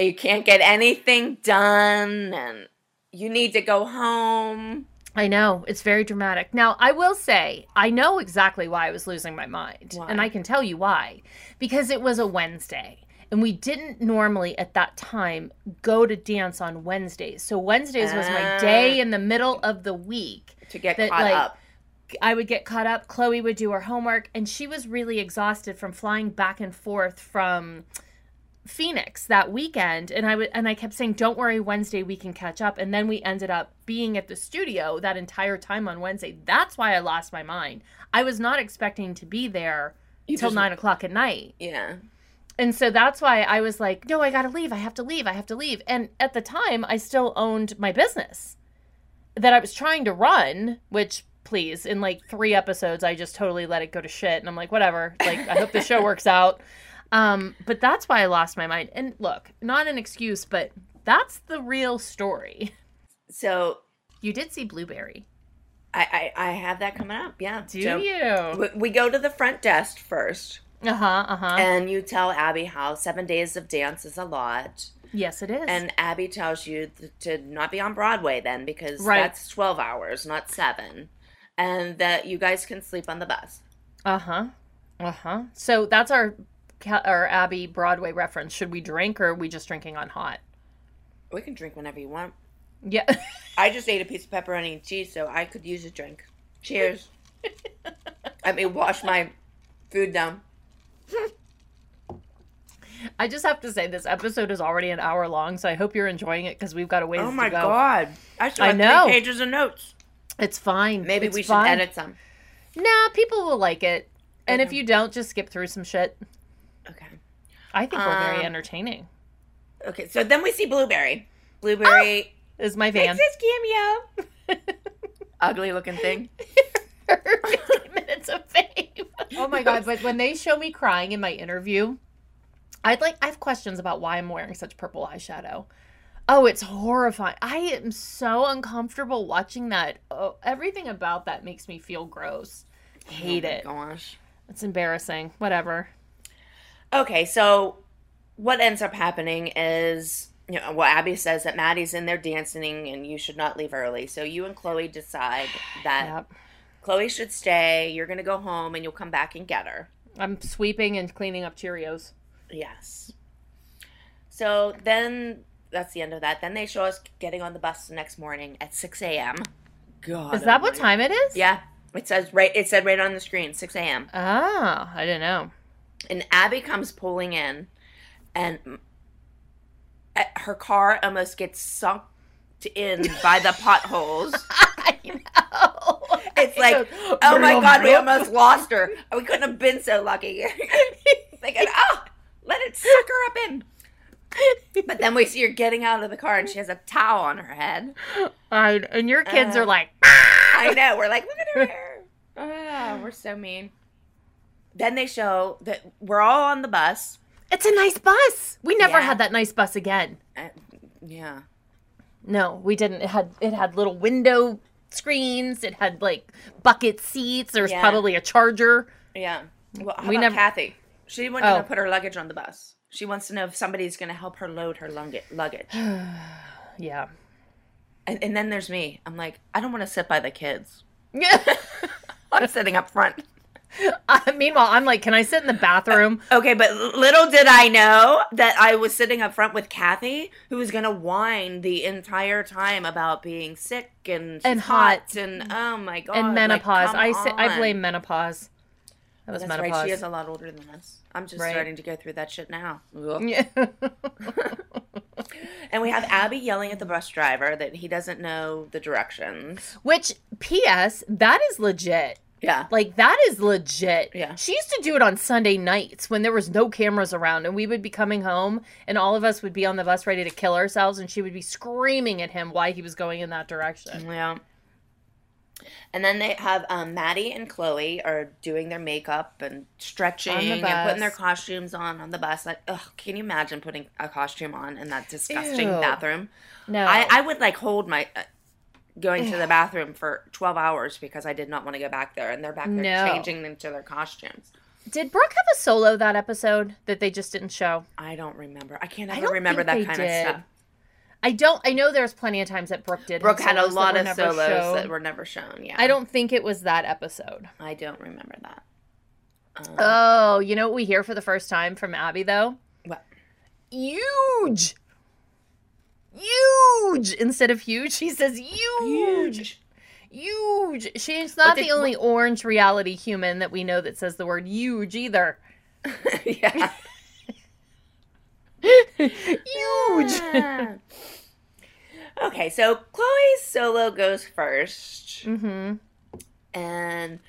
S4: You can't get anything done, and you need to go home.
S3: I know. It's very dramatic. Now, I will say, I know exactly why I was losing my mind.
S4: Why?
S3: And I can tell you why. Because it was a Wednesday. And we didn't normally at that time go to dance on Wednesdays. So Wednesdays was my day in the middle of the week.
S4: To get
S3: That,
S4: caught
S3: like,
S4: up.
S3: I would get caught up. Chloe would do her homework, and she was really exhausted from flying back and forth from Phoenix that weekend, and I would and I kept saying, "Don't worry, Wednesday we can catch up." And then we ended up being at the studio that entire time on Wednesday. That's why I lost my mind. I was not expecting to be there till nine o'clock at night.
S4: Yeah.
S3: And so that's why I was like, no, I got to leave. I have to leave. I have to leave. And at the time, I still owned my business that I was trying to run, which, please, in like three episodes, I just totally let it go to shit. And I'm like, whatever. Like, I hope the show works out. Um, but that's why I lost my mind. And look, not an excuse, but that's the real story.
S4: So
S3: You did see Blueberry.
S4: I, I, I have that coming up. Yeah.
S3: Do
S4: So
S3: you?
S4: we- We go to the front desk first,
S3: Uh huh. Uh huh.
S4: and you tell Abby how seven days of dance is a lot.
S3: Yes, it is.
S4: And Abby tells you th- to not be on Broadway then because
S3: Right.
S4: that's 12 hours, not seven. And that you guys can sleep on the bus.
S3: Uh huh. Uh huh. So that's our Ca- our Abby Broadway reference. Should we drink or are we just drinking on hot?
S4: We can drink whenever you want.
S3: Yeah.
S4: I just ate a piece of pepperoni and cheese, so I could use a drink. Cheers. I mean, wash my food down.
S3: I just have to say this episode is already an hour long, so I hope you're enjoying it because we've got a ways
S4: Oh
S3: to
S4: my
S3: go.
S4: god! I still
S3: I
S4: have
S3: know.
S4: three pages of notes.
S3: It's fine.
S4: Maybe
S3: It's
S4: we should
S3: fine.
S4: edit some.
S3: Nah, people will like it, and if you don't, just skip through some shit.
S4: Okay.
S3: I think we're very
S4: Um,
S3: entertaining.
S4: Okay. So then we see Blueberry. Blueberry
S3: Is my
S4: makes
S3: van?
S4: this cameo. Oh! Ugly looking thing.
S3: Fifteen minutes of fame. Oh my god! But when they show me crying in my interview, I'd like I have questions about why I'm wearing such purple eyeshadow. Oh, it's horrifying! I am so uncomfortable watching that. Oh, everything about that makes me feel gross. Hate it.
S4: Gosh.
S3: It's embarrassing. Whatever.
S4: Okay, so what ends up happening is, you know, well, Abby says that Maddie's in there dancing and you should not leave early. So you and Chloe decide that
S3: Yep.
S4: Chloe should stay. You're going to go home and you'll come back and get her.
S3: I'm sweeping and cleaning up Cheerios.
S4: Yes. So then that's the end of that. Then they show us getting on the bus the next morning at 6 a.m. God.
S3: Is that what time it is?
S4: Yeah. It says right. It said right on the screen, 6 a.m.
S3: Ah, I didn't know.
S4: and Abby comes pulling in, and mm, uh, her car almost gets sucked in by the potholes.
S3: I know.
S4: It's like, oh my god, we almost lost her. We couldn't have been so lucky. Thinking, oh, let it suck her up in. But then we see her getting out of the car, and she has a towel on her head.
S3: I, and your kids
S4: Uh,
S3: are like,
S4: I know. We're like, look at her hair. Oh, we're so mean. Then they show that we're all on the bus.
S3: It's a nice bus. We never
S4: Yeah.
S3: had that nice bus again.
S4: Uh, yeah.
S3: No, we didn't. It had it had little window screens. It had like bucket seats. There was
S4: Yeah.
S3: probably a charger.
S4: Yeah. Well, how
S3: We
S4: about
S3: never-
S4: Kathy? She wouldn't
S3: Oh.
S4: even put her luggage on the bus. She wants to know if somebody's going to help her load her lung- luggage.
S3: Yeah.
S4: And, and then there's me. I'm like, I don't want to sit by the kids.
S3: Yeah.
S4: I'm sitting up front.
S3: Uh, Meanwhile, I'm like, can I sit in the bathroom?
S4: Okay, but little did I know that I was sitting up front with Kathy, who was going to whine the entire time about being sick and she's
S3: And hot.
S4: and oh my god
S3: and
S4: like,
S3: menopause.
S4: come
S3: I say, I
S4: on.
S3: blame menopause. That was
S4: That's
S3: menopause.
S4: right. She is a lot older than us. I'm just
S3: Right.
S4: starting to go through that shit now. Ugh.
S3: yeah.
S4: And we have Abby yelling at the bus driver that he doesn't know the directions.
S3: Which, P.S. That is legit.
S4: Yeah.
S3: Like that is legit.
S4: Yeah.
S3: She used to do it on Sunday nights when there was no cameras around and we would be coming home and all of us would be on the bus ready to kill ourselves and she would be screaming at him why he was going in that direction.
S4: Yeah. And then they have um, Maddie and Chloe are doing their makeup and stretching
S3: On the
S4: and putting their
S3: bus.
S4: costumes on on the bus. Like, ugh, can you imagine putting a costume on in that disgusting
S3: Ew.
S4: bathroom?
S3: No.
S4: I, I would like hold my uh, going to the bathroom for 12 hours because I did not want to go back there. And they're back there
S3: No.
S4: changing into their costumes.
S3: Did Brooke have a solo that episode that they just didn't show?
S4: I don't remember. I can't
S3: I
S4: ever
S3: don't
S4: remember that
S3: think
S4: kind
S3: they
S4: of
S3: did.
S4: stuff.
S3: I don't I know there's plenty of times that Brooke did. have
S4: Brooke had a
S3: solos that
S4: lot
S3: were
S4: of
S3: never
S4: solos
S3: shown.
S4: that were never shown. Yeah,
S3: I don't think it was that episode.
S4: I don't remember that. Uh-huh.
S3: Oh, you know what we hear for the first time from Abby though?
S4: What?
S3: Huge. Huge instead of huge, she says huge. huge. She's not
S4: did-
S3: the only orange reality human that we know that says the word huge either.
S4: yeah.
S6: Huge.
S4: Okay, so Chloe's solo goes 1st
S6: hmm
S4: and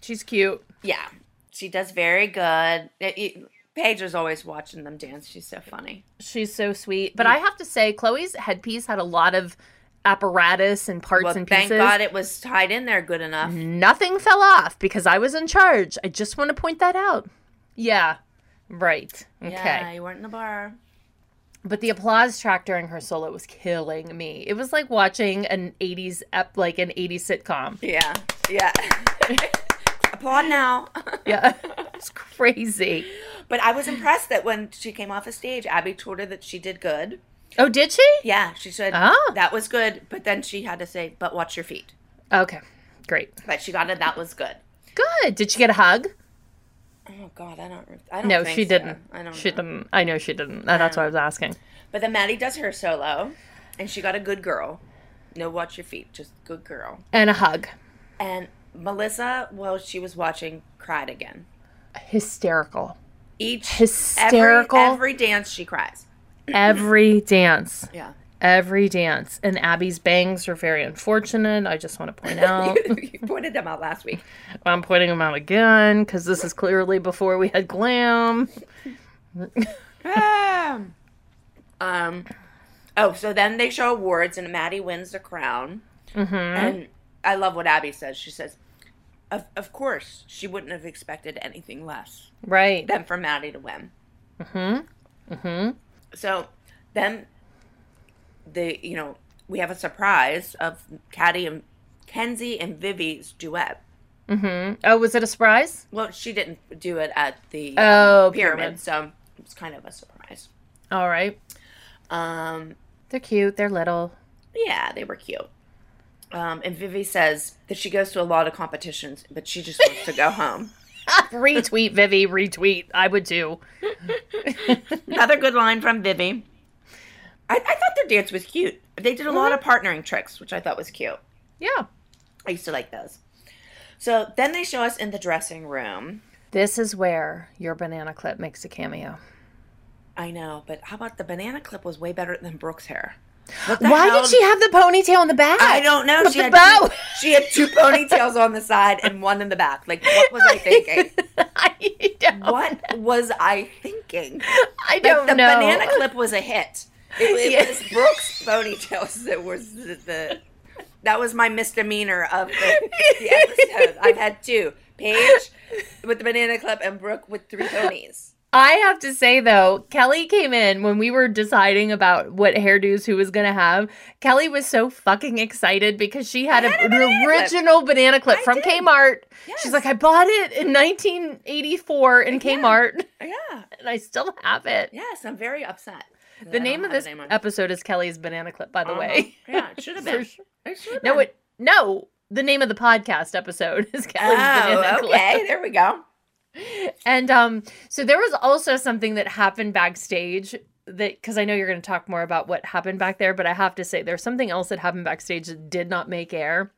S6: She's cute.
S4: yeah, she does very good. It, it, Paige is always watching them dance. She's so funny.
S6: She's so sweet. But I have to say, Chloe's headpiece had a lot of apparatus and parts
S4: well,
S6: and
S4: thank
S6: pieces. Mm-hmm.
S4: God it was tied in there good enough.
S6: Nothing fell off because I was in charge. I just want to point that out. Yeah. Right. Okay.
S4: Yeah, you weren't in the bar.
S6: But the applause track during her solo was killing me. It was like watching an 80s ep, like an 80s sitcom.
S4: Yeah, yeah. Applaud now.
S6: Yeah. it's crazy.
S4: But I was impressed that when she came off the stage, Abby told her that she did good.
S6: Oh, did she?
S4: Yeah, she said
S6: Oh.
S4: that was good, but then she had to say, "But watch your feet."
S6: Okay. Great.
S4: But she got it. That was good.
S6: Good. Did she get a hug?
S4: Oh God, I don't. re- I don't.
S3: No,
S4: think
S3: she
S4: so.
S3: didn't.
S4: I don't.
S3: She
S4: know.
S3: didn't. I know she didn't. And that's why I was asking.
S4: But then Maddie does her solo, and she got a good girl. No, watch your feet. Just good girl.
S3: And a hug.
S4: And Melissa, well, she was watching, cried again.
S3: Hysterical.
S4: Each
S3: Hysterical.
S4: Every, every dance she cries.
S3: Every dance.
S4: Yeah.
S3: Every dance. And Abby's bangs are very unfortunate. I just want to point out.
S4: you pointed them out last week.
S3: I'm pointing them out again because this is clearly before we had glam.
S4: Um, oh, so then they show awards, and Maddie wins the crown. Mm-hmm. And I love what Abby says. She says, of, of course, she wouldn't have expected anything less
S3: Right.
S4: than for Maddie to win. Mm-hmm. Mm-hmm.
S3: Mm-hmm.
S4: So then the, you know, we have a surprise of Caddy and Kenzie and Vivi's duet.
S3: Oh, was it a surprise?
S4: Well, she didn't do it at the um,
S3: Oh,
S4: pyramid,
S3: pyramid.
S4: so it's kind of a surprise.
S3: All right.
S4: Um,
S3: They're cute. They're little.
S4: Yeah, they were cute. Um, and Vivi says that she goes to a lot of competitions, but she just wants to go home.
S3: Retweet, Vivi. Retweet. I would too.
S4: Another good line from Vivi. I, I thought their dance was cute. They did a lot of partnering tricks, which I thought was cute.
S3: Yeah.
S4: I used to like those. So then they show us in the dressing room.
S3: This is where your banana clip makes a cameo.
S4: I know, but how about the banana clip was way better than Brooke's hair?
S3: Why
S4: hell?
S3: did she have the ponytail in the back?
S4: I don't know.
S3: With
S4: She
S3: the
S4: had,
S3: bow.
S4: two, she had two ponytails on the side and one in the back. Like, what was I thinking?
S3: I don't,
S4: What was I thinking?
S3: I
S4: Like
S3: don't
S4: the
S3: know.
S4: banana clip was a hit. It, it was Brooks' ponytails that was the, the that was my misdemeanor of the, the episode. I've had two: Paige with the banana clip and Brooke with three ponies.
S3: I have to say though, Kelly came in when we were deciding about what hairdos who was gonna have. Kelly was so fucking excited because she had, a, an original banana clip from Kmart. She's like, I bought it in 1984 in Kmart,
S4: Yeah.
S3: and I still have it.
S4: Yes, I'm very upset. that I
S3: the name
S4: don't
S3: of
S4: have
S3: this
S4: it Uh-huh. anymore.
S3: episode is Kelly's banana clip, by the way.
S4: Yeah, it should have been. It should have
S3: No,
S4: been.
S3: it no. The name of the podcast episode is Kelly's banana
S4: Oh,
S3: clip.
S4: okay. There we go.
S3: And um, so there was also something that happened backstage that because I know you're going to talk more about what happened back there, but I have to say there's something else that happened backstage that did not make air.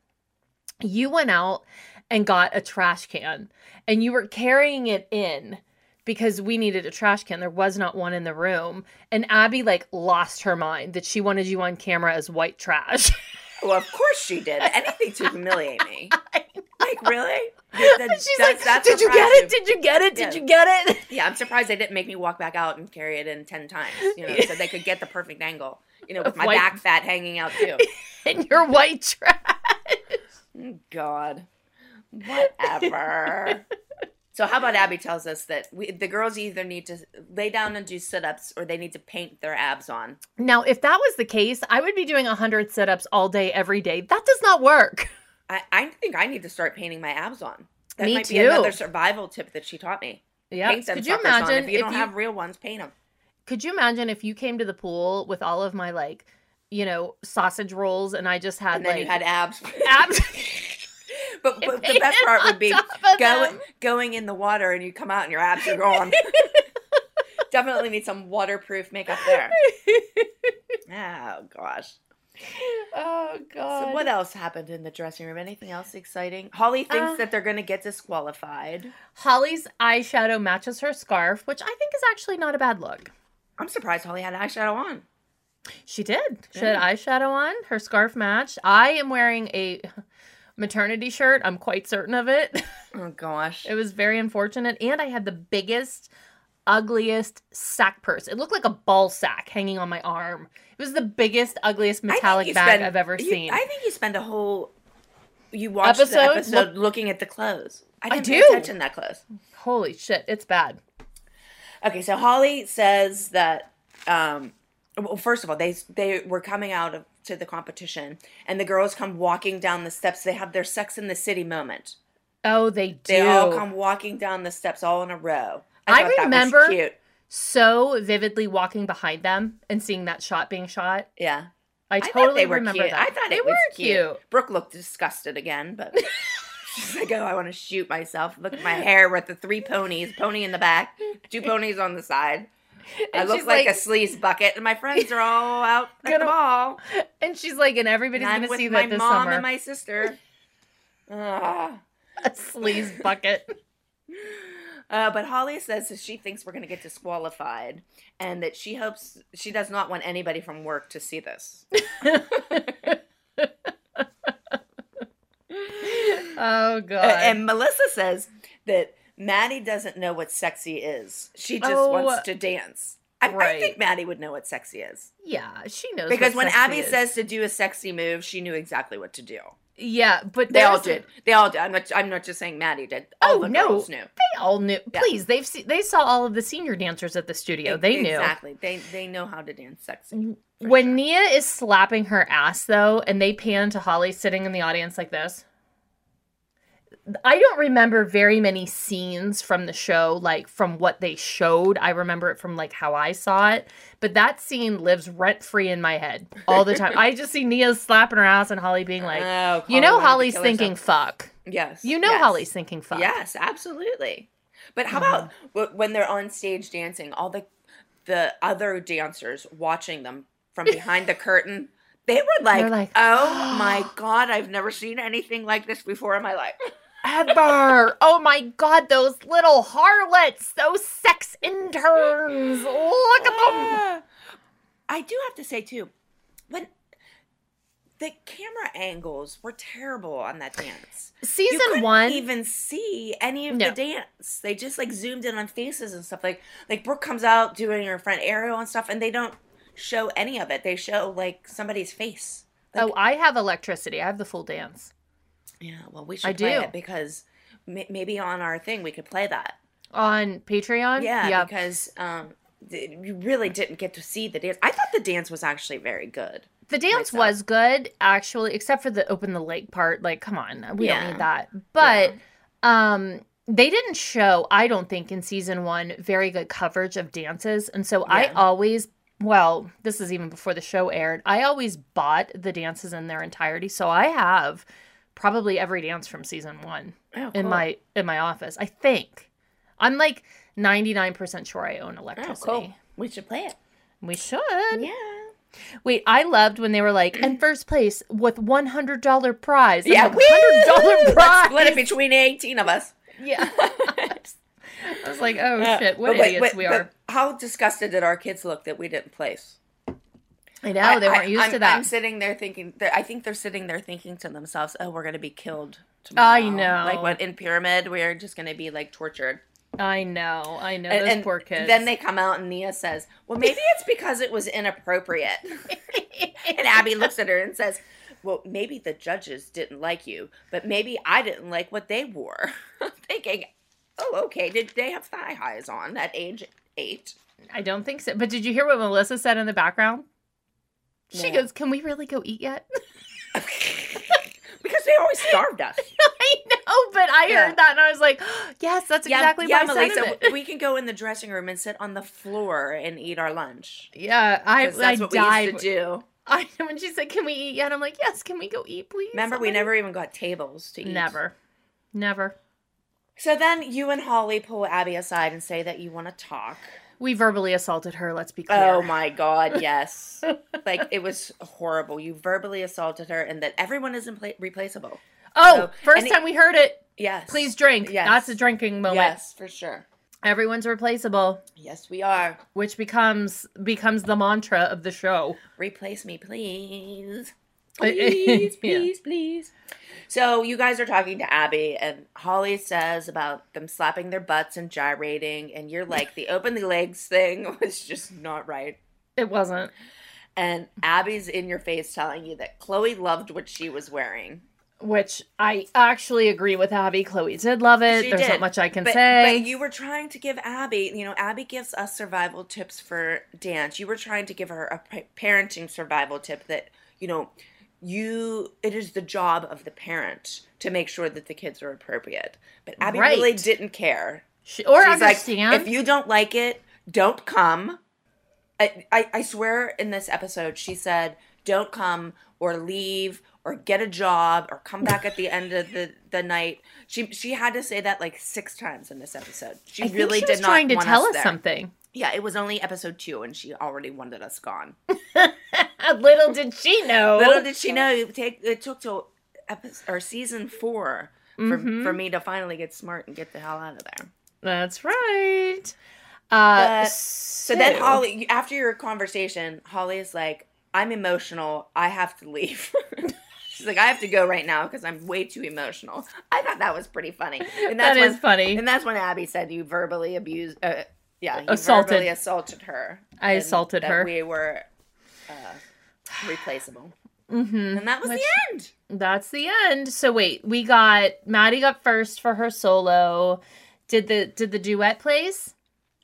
S3: You went out and got a trash can, and you were carrying it in because we needed a trash can. There was not one in the room, and Abby like lost her mind that she wanted you on camera as white trash.
S4: Well, of course she did. Anything to humiliate me. Like really?
S3: She's like, "Did you get it? Did you get it? Did
S4: Yeah.
S3: you get it?"
S4: Yeah, I'm surprised they didn't make me walk back out and carry it in ten times, you know, so they could get the perfect angle, you know, with my
S3: White-
S4: back fat hanging out too.
S3: And you're white trash.
S4: God, whatever. so how about Abby tells us that we, the girls either need to lay down and do sit-ups, or they need to paint their abs on.
S3: Now, if that was the case, I would be doing 100 sit ups all day, every day. That does not work.
S4: I, I think I need to start painting my abs on. That
S3: Me
S4: might be
S3: too.
S4: another survival tip that she taught me.
S3: Yeah.
S4: Paint them
S3: Could you
S4: suckers on.
S3: imagine
S4: if you
S3: if
S4: don't
S3: you-
S4: have real ones? Paint them.
S3: Could you imagine if you came to the pool with all of my, like, you know, sausage rolls and I just had,
S4: And then
S3: like,
S4: you had abs.
S3: abs?
S4: But, but the best part would be
S3: on top of
S4: going
S3: them.
S4: going in the water and you come out and your abs are gone. Definitely need some waterproof makeup there. Oh gosh.
S3: oh, God.
S4: So what e- else happened in the dressing room? Anything else exciting? Holly thinks
S3: Uh,
S4: that they're going to get disqualified.
S3: Holly's eyeshadow matches her scarf, which I think is actually not a bad look.
S4: I'm surprised Holly had eyeshadow on.
S3: She did. She had eyeshadow on. Her scarf matched. I am wearing a maternity shirt. I'm quite certain of it.
S4: Oh gosh.
S3: It was very unfortunate. And I had the biggest, ugliest sack purse. It looked like a ball sack hanging on my arm. It was the biggest,
S4: I
S3: ugliest
S4: think
S3: metallic
S4: you
S3: bag
S4: spend-
S3: I've ever
S4: you-
S3: seen.
S4: I think you spend a whole you watched the
S3: Episode?
S4: episode looking at the clothes. I didn't pay
S3: do.
S4: attention that close.
S3: Holy shit, it's bad.
S4: Okay, so Holly says that. Um, well, first of all, they they were coming out of, to the competition, and the girls come walking down the steps. They have their Sex in the City moment.
S3: Oh, they do.
S4: They all come walking down the steps all in a row.
S3: I
S4: thought that was
S3: remember-
S4: cute.
S3: so vividly walking behind them and seeing that shot being shot.
S4: Yeah,
S3: I
S4: thought
S3: totally
S4: they were
S3: remember
S4: cute.
S3: that.
S4: I thought
S3: they
S4: it
S3: were
S4: was Brooke looked disgusted again, but she's like, "Oh, I want to shoot myself. Look at my hair with the three ponies, pony in the back, two ponies on the side. I
S3: And
S4: look
S3: she's
S4: like,
S3: like-
S4: a sleaze bucket, and my friends are all out at the
S3: Gonna-
S4: ball.
S3: And she's like, and everybody's
S4: And I'm
S3: going to
S4: with
S3: see
S4: my
S3: that this
S4: mom
S3: summer.
S4: and my sister. Ah. Ugh.
S3: a sleaze bucket.
S4: Uh, but Holly says that she thinks we're going to get disqualified, and that she hopes she does not want anybody from work to see this.
S3: oh god.
S4: Uh, and Melissa says that Maddie doesn't know what sexy is. She just
S3: Oh,
S4: wants to dance. I, I
S3: right.
S4: think Maddie would know what sexy is
S3: yeah, she knows
S4: because
S3: what
S4: when
S3: sexy
S4: Abby
S3: is.
S4: says to do a sexy move, she knew exactly what to do.
S3: yeah, but
S4: They all
S3: there's-
S4: did. They all did. I'm not. I'm not just saying Maddie did. All
S3: Oh,
S4: the
S3: no.
S4: girls knew.
S3: They all knew. Please, they've se- they saw all of the senior dancers at the studio. They knew.
S4: exactly. They they know how to dance sexy. for
S3: When
S4: sure.
S3: Nia is slapping her ass though, and they pan to Holly sitting in the audience like this. I don't remember very many scenes from the show, like from what they showed. I remember it from like how I saw it, but that scene lives rent free in my head all the time. I just see Nia slapping her ass and Holly being like,
S4: Oh, Holly wanted
S3: "You know,
S4: to
S3: Holly's
S4: kill
S3: thinking
S4: herself.
S3: fuck.
S4: Yes.
S3: You know,
S4: yes.
S3: Holly's thinking fuck."
S4: Yes, absolutely. But how about
S3: Mm-hmm.
S4: w- when they're on stage dancing, all the the other dancers watching them from behind the curtain? They were like,
S3: They're like,
S4: "Oh my god, I've never seen anything like this before in my life."
S3: ever. Oh my god, those little harlots, those sex interns. Look at them.
S4: I do have to say too, when the camera angles were terrible on that dance. you
S3: Season
S4: couldn't
S3: one.
S4: even see any of
S3: No.
S4: the dance. They just like zoomed in on faces and stuff. Like like Brooke comes out doing her front aerial and stuff, and they don't show any of it. They show like somebody's face.
S3: oh, I have electricity. I have the full dance.
S4: Yeah, well, we should
S3: I
S4: play
S3: do.
S4: it because may- maybe on our thing we could play that.
S3: On Patreon?
S4: Yeah, because um, th- you really didn't get to see the dance. I thought the dance was actually very good.
S3: the
S4: myself.
S3: dance was good, actually, except for the open the lake part. Like, come on, we
S4: Yeah.
S3: don't need that. But um they didn't show, I don't think, in season one, very good coverage of dances. And so I
S4: Yeah.
S3: always well, this is even before the show aired. I always bought the dances in their entirety. So I have probably every dance from season one
S4: Oh,
S3: in
S4: cool.
S3: my in my office. I think. I'm like ninety nine percent sure I own
S4: Oh,
S3: electricity.
S4: cool. We should play it.
S3: We should.
S4: Yeah.
S3: Wait, I loved when they were like, and first place with one hundred dollar prize. I'm
S4: Yeah,
S3: like, hundred dollar
S4: woo!
S3: prize.
S4: Let's split it between eighteen of us.
S3: yeah. I was like, oh shit, what
S4: Uh, But wait,
S3: idiots
S4: wait,
S3: we
S4: but
S3: are.
S4: How disgusted did our kids look that we didn't place?
S3: I know Oh, they weren't
S4: I-
S3: used
S4: I'm,
S3: to that.
S4: I'm sitting there thinking. they're- I think they're sitting there thinking to themselves, "Oh, we're gonna be killed tomorrow."
S3: I know.
S4: Like what in pyramid, we're just gonna be like tortured.
S3: I know, I know
S4: And-
S3: those
S4: and
S3: poor kids.
S4: Then they come out, and Nia says, "Well, maybe it's because it was inappropriate." and Abby looks at her and says, "Well, maybe the judges didn't like you, but maybe I didn't like what they wore." I'm thinking, "Oh, okay. Did they have thigh highs on at age eight?
S3: I don't think so. But did you hear what Melissa said in the background? She
S4: No.
S3: goes, "Can we really go eat yet?"
S4: Because they always starved us."
S3: I know, but I
S4: Yeah.
S3: heard that and I was like, "Yes, that's exactly
S4: yeah,
S3: my
S4: Melissa,
S3: sentiment."
S4: We can go in the dressing room and sit on the floor and eat our lunch.
S3: yeah, I
S4: 'Cause that's
S3: I
S4: what
S3: died.
S4: we used to do.
S3: I when she said, "Can we eat yet?" I'm like, "Yes, can we go eat, please?"
S4: Remember, we
S3: Somebody?"
S4: never even got tables to eat.
S3: Never. Never.
S4: So then you and Holly pull Abby aside and say that you want to talk.
S3: We verbally assaulted her, let's be clear.
S4: Oh my God, yes. like it was horrible. You verbally assaulted her and that everyone is impla- replaceable.
S3: Oh,
S4: So-
S3: first
S4: and it-
S3: time we heard it,
S4: Yes.
S3: please drink.
S4: Yes.
S3: That's a drinking moment.
S4: Yes, for sure.
S3: Everyone's replaceable,
S4: Yes, we are.
S3: which becomes becomes the mantra of the show.
S4: Replace me, please.
S3: Please,
S4: Please, please, please. So you guys are talking to Abby, and Holly says about them slapping their butts and gyrating, and you're like, the open the legs thing was just not right.
S3: It wasn't.
S4: And Abby's in your face telling you that Chloe loved what she was wearing.
S3: Which I actually agree with Abby. Chloe did love it.
S4: She
S3: Eh, There's not
S4: did.
S3: much I can
S4: But-
S3: say.
S4: But you were trying to give Abby, you know, Abby gives us survival tips for dance. You were trying to give her a pa- parenting survival tip that, you know, you it is the job of the parent to make sure that the kids are appropriate. But Abby really
S3: Right.
S4: didn't care.
S3: She- or
S4: She's like,
S3: understand.
S4: if you don't like it, don't come. I, I, I swear in this episode, she said, don't come or leave or get a job or come back at the end of the, the night. She she had to say that like six times in this episode. She
S3: I think
S4: really
S3: she
S4: did
S3: was
S4: not
S3: trying to
S4: want
S3: tell
S4: us,
S3: us
S4: there.
S3: something.
S4: Yeah, it was only episode two and she already wanted us gone.
S3: Little did she know.
S4: Little did she know it, take, it took till episode, or season four for, for
S3: Mm-hmm.
S4: me to finally get smart and get the hell out of there.
S3: That's right. Uh,
S4: But-
S3: so
S4: So then Holly, after your conversation, Holly is like, I'm emotional. I have to leave. She's like, I have to go right now because I'm way too emotional. I thought that was pretty funny. And
S3: That is
S4: when-
S3: funny.
S4: And that's when Abby said you verbally abused, uh, yeah, you
S3: Assaulted.
S4: verbally assaulted her.
S3: I
S4: and
S3: assaulted
S4: that
S3: her.
S4: We were uh, replaceable. Mm-hmm. And that was the end.
S3: That's the end. So wait, we got Maddie got first for her solo. Did the did the duet plays?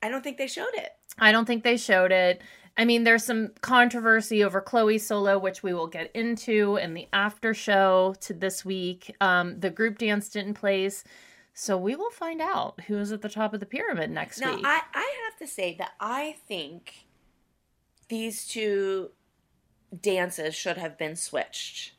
S4: I don't think they showed it.
S3: I don't think they showed it. I mean, there's some controversy over Chloe's solo, which we will get into in the after show to this week. Um, the group dance didn't place, so we will find out who is at the top of the pyramid next
S4: Now,
S3: week.
S4: I, I have to say that I think these two dances should have been switched.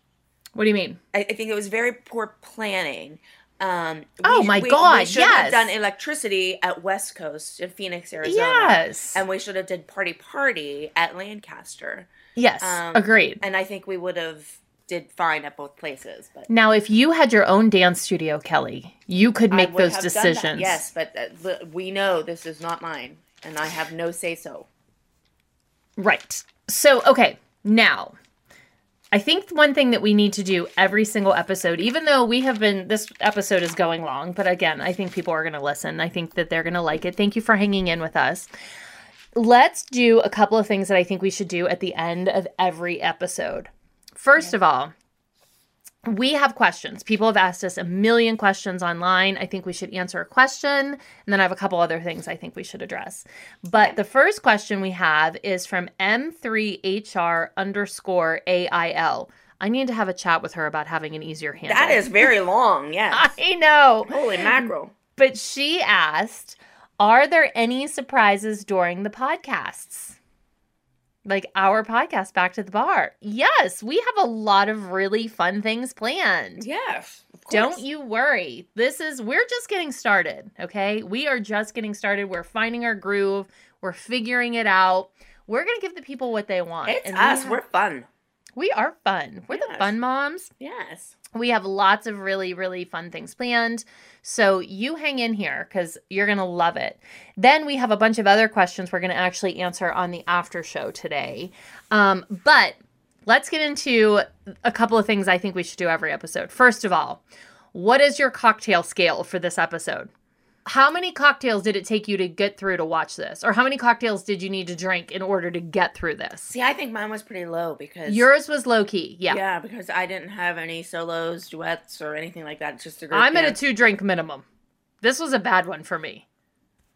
S3: what do you mean?
S4: I, I think it was very poor planning. Um,
S3: Oh
S4: sh-
S3: my God,
S4: We should have
S3: yes.
S4: done electricity at West Coast in Phoenix, Arizona.
S3: Yes.
S4: and we should have did party party at Lancaster.
S3: Yes,
S4: Um,
S3: agreed.
S4: And I think we would have did fine at both places. But
S3: Now, if you had your own dance studio, Kelly, you could
S4: I
S3: make
S4: would
S3: those
S4: have done that.
S3: decisions.
S4: Yes, but uh, the- we know this is not mine, and I have no say so.
S3: Right. So, okay, now I think one thing that we need to do every single episode, even though we have been, this episode is going long, but again, I think people are going to listen. I think that they're going to like it. Thank you for hanging in with us. Let's do a couple of things that I think we should do at the end of every episode. First of all, we have questions. People have asked us a million questions online. I think we should answer a question. And then I have a couple other things I think we should address. But the first question we have is from M3HR underscore AIL. I need to have a chat with her about having an easier handle.
S4: That is very long. Yes.
S3: I know.
S4: Holy mackerel.
S3: But she asked, Are there any surprises during the podcasts? Like our podcast, Back to the Bar. Yes, we have a lot of really fun things planned.
S4: Yes. of
S3: Don't
S4: course.
S3: you worry. This is, we're just getting started, okay? We are just getting started. We're finding our groove, we're figuring it out. We're going to give the people what they want.
S4: It's
S3: and we
S4: us.
S3: have-
S4: We're fun.
S3: we are fun. We're the
S4: Yes.
S3: fun moms.
S4: Yes.
S3: We have lots of really, really fun things planned. So you hang in here because you're going to love it. Then we have a bunch of other questions we're going to actually answer on the after show today. Um, but let's get into a couple of things I think we should do every episode. First of all, what is your cocktail scale for this episode? How many cocktails did it take you to get through to watch this? Or how many cocktails did you need to drink in order to get through this?
S4: See, I think mine was pretty low because
S3: Yours was low key. Yeah.
S4: yeah, because I didn't have any solos, duets, or anything like that. It's just a group.
S3: I'm at a
S4: dance.
S3: two drink minimum. This was a bad one for me.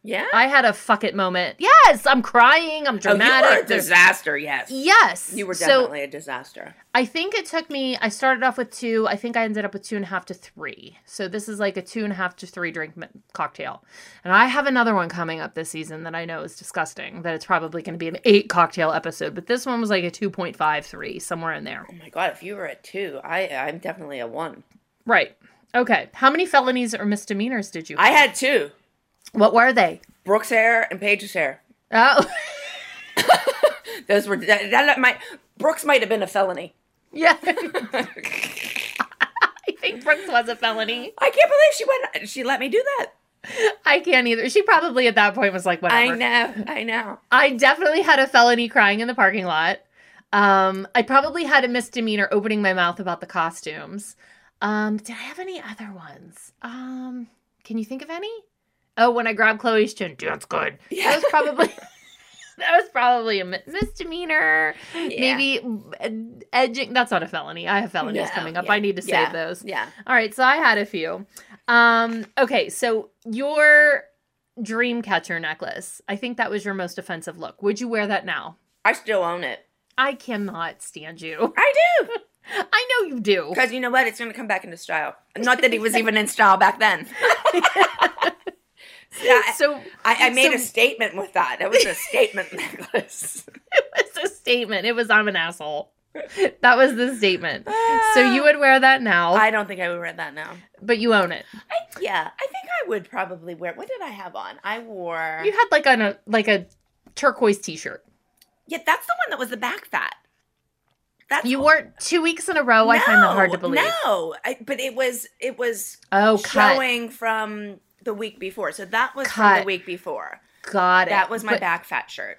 S4: yeah.
S3: I had a fuck it moment. Yes, I'm crying. I'm
S4: oh, you
S3: dramatic.
S4: were a
S3: There's-
S4: disaster. Yes,
S3: Yes.
S4: you were
S3: So
S4: definitely a disaster.
S3: I think it took me, I started off with two. I think I ended up with two and a half to three. So this is like a two and a half to three drink mi- cocktail. And I have another one coming up this season that I know is disgusting, that it's probably going to be an eight cocktail episode. But this one was like a 2.53, somewhere in there.
S4: Oh my god, if you were a two, I I'm definitely a one.
S3: Right. Okay. How many felonies or misdemeanors did you
S4: I had two.
S3: What were they?
S4: Brooks hair and Paige's hair.
S3: Oh,
S4: Those were that, that might Brooks might have been a felony.
S3: yeah. I think Brooks was a felony.
S4: I can't believe she went. She let me do that.
S3: I can't either. She probably at that point was like, whatever.
S4: I know. I know.
S3: I definitely had a felony crying in the parking lot. Um, I probably had a misdemeanor opening my mouth about the costumes. Um, did I have any other ones? Um, can you think of any? Oh, when I grabbed Chloe's chin, that's good. That was probably that was probably a mi- misdemeanor. Maybe ed- edging. That's not a felony. I have
S4: No,
S3: felonies coming up.
S4: yeah,
S3: I need to save
S4: yeah,
S3: those.
S4: Yeah.
S3: All right, so I had a few. Um, okay, so your dream catcher necklace. I think that was your most offensive look. Would you wear that now?
S4: I still own it.
S3: I cannot stand you.
S4: I do.
S3: I know you do.
S4: Because you know what? It's going to come back into style. Not that he was even in style back then. so
S3: So
S4: I, I made a
S3: so-
S4: statement with that. It was a statement necklace.
S3: it was a statement. It was I'm an asshole. That was the statement. So you would wear that now,
S4: I don't think I would wear that now.
S3: but you own it.
S4: I, yeah, I think I would probably wear. What did I have on? I wore.
S3: You had like on a like a turquoise t-shirt.
S4: yeah, that's the one that was the back fat. That's
S3: You wore it two weeks in a row. I find that hard to
S4: No,
S3: believe.
S4: No, I, but it was it was
S3: Oh, cut.
S4: showing from the week before. So that was from
S3: Cut.
S4: the week before.
S3: Got it.
S4: That was my
S3: But-
S4: back fat shirt.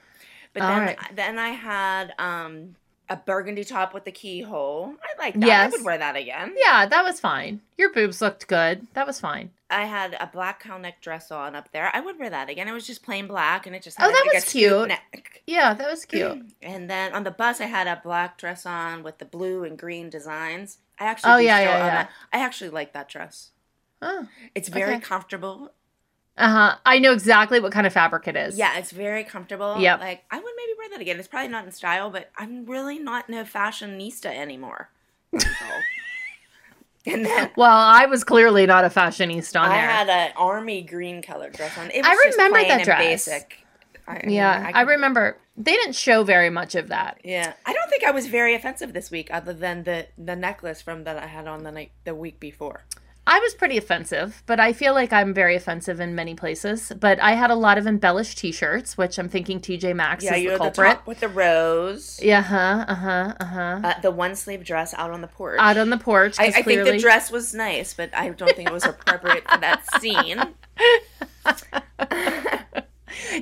S4: But
S3: All
S4: then,
S3: right.
S4: then I had um, a burgundy top with a keyhole. I like that.
S3: Yes.
S4: I would wear that again.
S3: Yeah, that was fine. Your boobs looked good. That was fine.
S4: I had a black cowl neck dress on up there. I would wear that again. It was just plain black, and it just
S3: Oh,
S4: had
S3: that
S4: like
S3: was
S4: a scoop
S3: cute.
S4: Neck.
S3: Yeah, that was cute.
S4: And then on the bus, I had a black dress on with the blue and green designs. I actually
S3: Oh,
S4: do
S3: yeah,
S4: still
S3: yeah,
S4: own
S3: yeah.
S4: that. I actually like that dress.
S3: Oh.
S4: It's very
S3: Okay.
S4: comfortable.
S3: Uh huh. I know exactly what kind of fabric it is.
S4: Yeah, it's very comfortable.
S3: Yep.
S4: Like I would maybe wear that again. It's probably not in style, but I'm really not no fashionista anymore. So. and then
S3: Well, I was clearly not a fashionista on
S4: I
S3: there.
S4: had an army green colored dress on. It was
S3: I
S4: just
S3: remember
S4: plain
S3: that
S4: and
S3: dress.
S4: Basic. I,
S3: yeah, I,
S4: could-
S3: remember they didn't show very much of that.
S4: Yeah, I don't think I was very offensive this week, other than the the necklace from that I had on the night the week before.
S3: I was pretty offensive, but I feel like I'm very offensive in many places. But I had a lot of embellished T-shirts, which I'm thinking TJ Maxx
S4: Yeah,
S3: is
S4: you
S3: the
S4: had the
S3: culprit.
S4: top with the rose,
S3: yeah, huh, uh huh, uh huh.
S4: uh, the one sleeve dress out on the porch.
S3: Out on the porch.
S4: I,
S3: 'cause
S4: I think
S3: clearly-
S4: the dress was nice, but I don't think it was appropriate for that scene.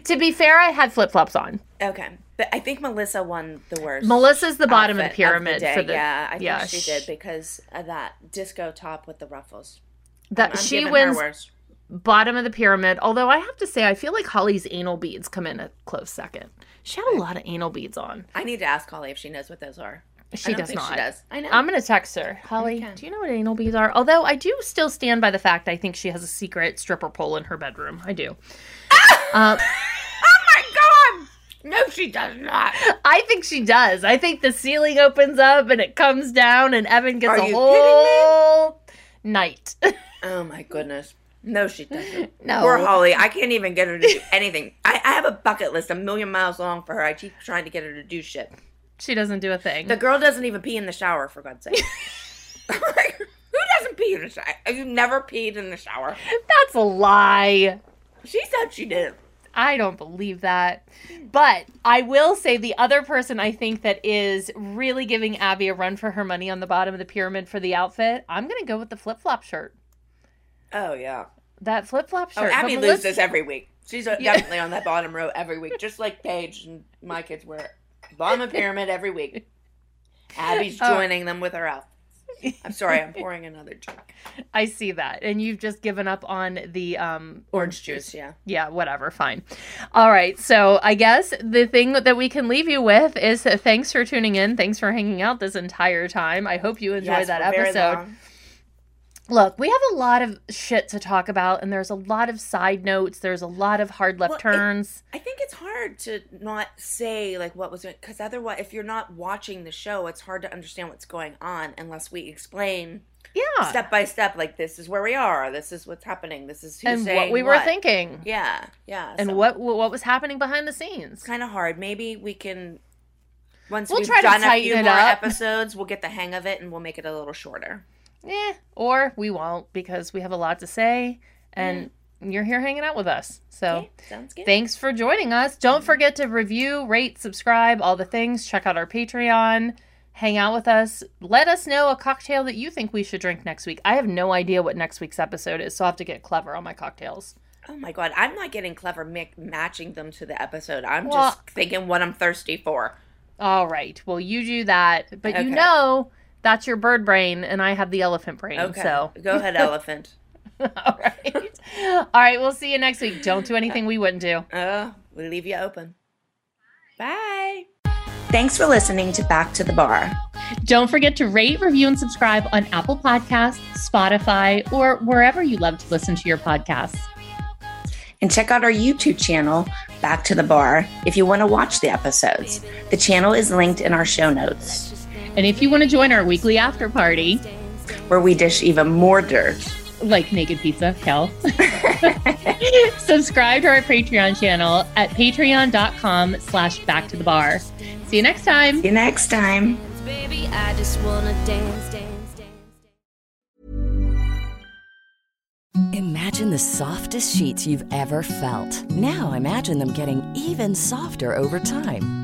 S3: To be fair, I had flip flops on.
S4: Okay, but I think Melissa won the worst.
S3: Melissa's the bottom of
S4: outfit
S3: the pyramid
S4: day.
S3: for the
S4: yeah, I
S3: yeah,
S4: think she
S3: sh-
S4: did because of that disco top with the ruffles.
S3: that
S4: I'm
S3: she
S4: giving her
S3: wins
S4: worst.
S3: bottom of the pyramid. Although I have to say, I feel like Holly's anal beads come in a close second. She had a lot of anal beads on.
S4: I need to ask Holly if she knows what those are.
S3: She
S4: I don't
S3: does
S4: think
S3: not. Um,
S4: She does. I know.
S3: I'm gonna text her, Holly. Do you know what anal beads are? Although I do still stand by the fact I think she has a secret stripper pole in her bedroom. I do. Um,
S4: oh my god! No, she does not.
S3: I think she does. I think the ceiling opens up and it comes down, and Evan gets
S4: Are
S3: a
S4: you
S3: whole night.
S4: Oh my goodness. No, she doesn't.
S3: No.
S4: Poor Holly. I can't even get her to do anything. I, I have a bucket list a million miles long for her. I keep trying to get her to do shit.
S3: she doesn't do a thing.
S4: The girl doesn't even pee in the shower, for God's sake. Like, Who doesn't pee in the shower? You never peed in the shower.
S3: That's a lie.
S4: She said she did.
S3: I don't believe that. But I will say the other person I think that is really giving Abby a run for her money on the bottom of the pyramid for the outfit, I'm going to go with the flip flop shirt.
S4: Oh, yeah.
S3: That flip flop
S4: Oh,
S3: shirt.
S4: Abby
S3: But
S4: loses
S3: Melissa-
S4: every week. She's uh,
S3: Yeah.
S4: definitely on that bottom row every week, just like Paige and my kids were. Bottom of pyramid every week. Abby's
S3: Oh.
S4: joining them with her outfits. I'm sorry, I'm pouring another drink.
S3: I see that. And you've just given up on the um
S4: Orange juice, yeah.
S3: yeah, whatever, fine. All right. So, I guess the thing that we can leave you with is that thanks for tuning in. Thanks for hanging out this entire time. I hope you enjoyed
S4: Yes,
S3: that
S4: for very
S3: episode.
S4: long.
S3: Look, we have a lot of shit to talk about, and there's a lot of side notes. There's a lot of hard left
S4: Well, it-
S3: turns.
S4: I think it's hard to not say like what was it because otherwise, if you're not watching the show, it's hard to understand what's going on unless we explain
S3: yeah.
S4: step by step. Like this is where we are. This is what's happening. This is who's
S3: and what
S4: saying
S3: we were thinking.
S4: Yeah, yeah.
S3: And
S4: so
S3: what what was happening behind the scenes.
S4: It's kind of hard. Maybe we can once
S3: We'll
S4: we've
S3: try to
S4: done a
S3: tighten
S4: few
S3: it
S4: more
S3: up.
S4: episodes, we'll get the hang of it and we'll make it a little shorter.
S3: Yeah. Eh, Or we won't because we have a lot to say and you're here hanging out with us. So
S4: Okay, sounds good.
S3: thanks for joining us.
S4: Mm-hmm.
S3: Don't forget to review, rate, subscribe, all the things. Check out our Patreon. Hang out with us. Let us know a cocktail that you think we should drink next week. I have no idea what next week's episode is, so I'll have to get clever on my cocktails.
S4: Oh my god, I'm not getting clever mi- matching them to the episode. I'm
S3: Well-
S4: just thinking what I'm thirsty for.
S3: All right. Well, you do that, but
S4: Okay.
S3: you know that's your bird brain, and I have the elephant brain.
S4: Okay,
S3: So,
S4: go ahead, elephant.
S3: all right. all right. We'll see you next week. Don't do anything we wouldn't do.
S4: Oh, we leave you open. Bye. Thanks for listening to Back to the Bar.
S1: Don't forget to rate, review, and subscribe on Apple Podcasts, Spotify, or wherever you love to listen to your podcasts.
S4: And check out our YouTube channel, Back to the Bar, if you want to watch the episodes. The channel is linked in our show notes,
S1: And if you want to join our weekly after party,
S4: where we dish even more dirt.
S1: like Naked Pizza, Kel, subscribe to our Patreon channel at patreon.com slash back to the bar. See you next time.
S4: See you next time.
S2: Baby, I just wanna dance, dance, dance.
S7: Imagine the softest sheets you've ever felt. Now imagine them getting even softer over time.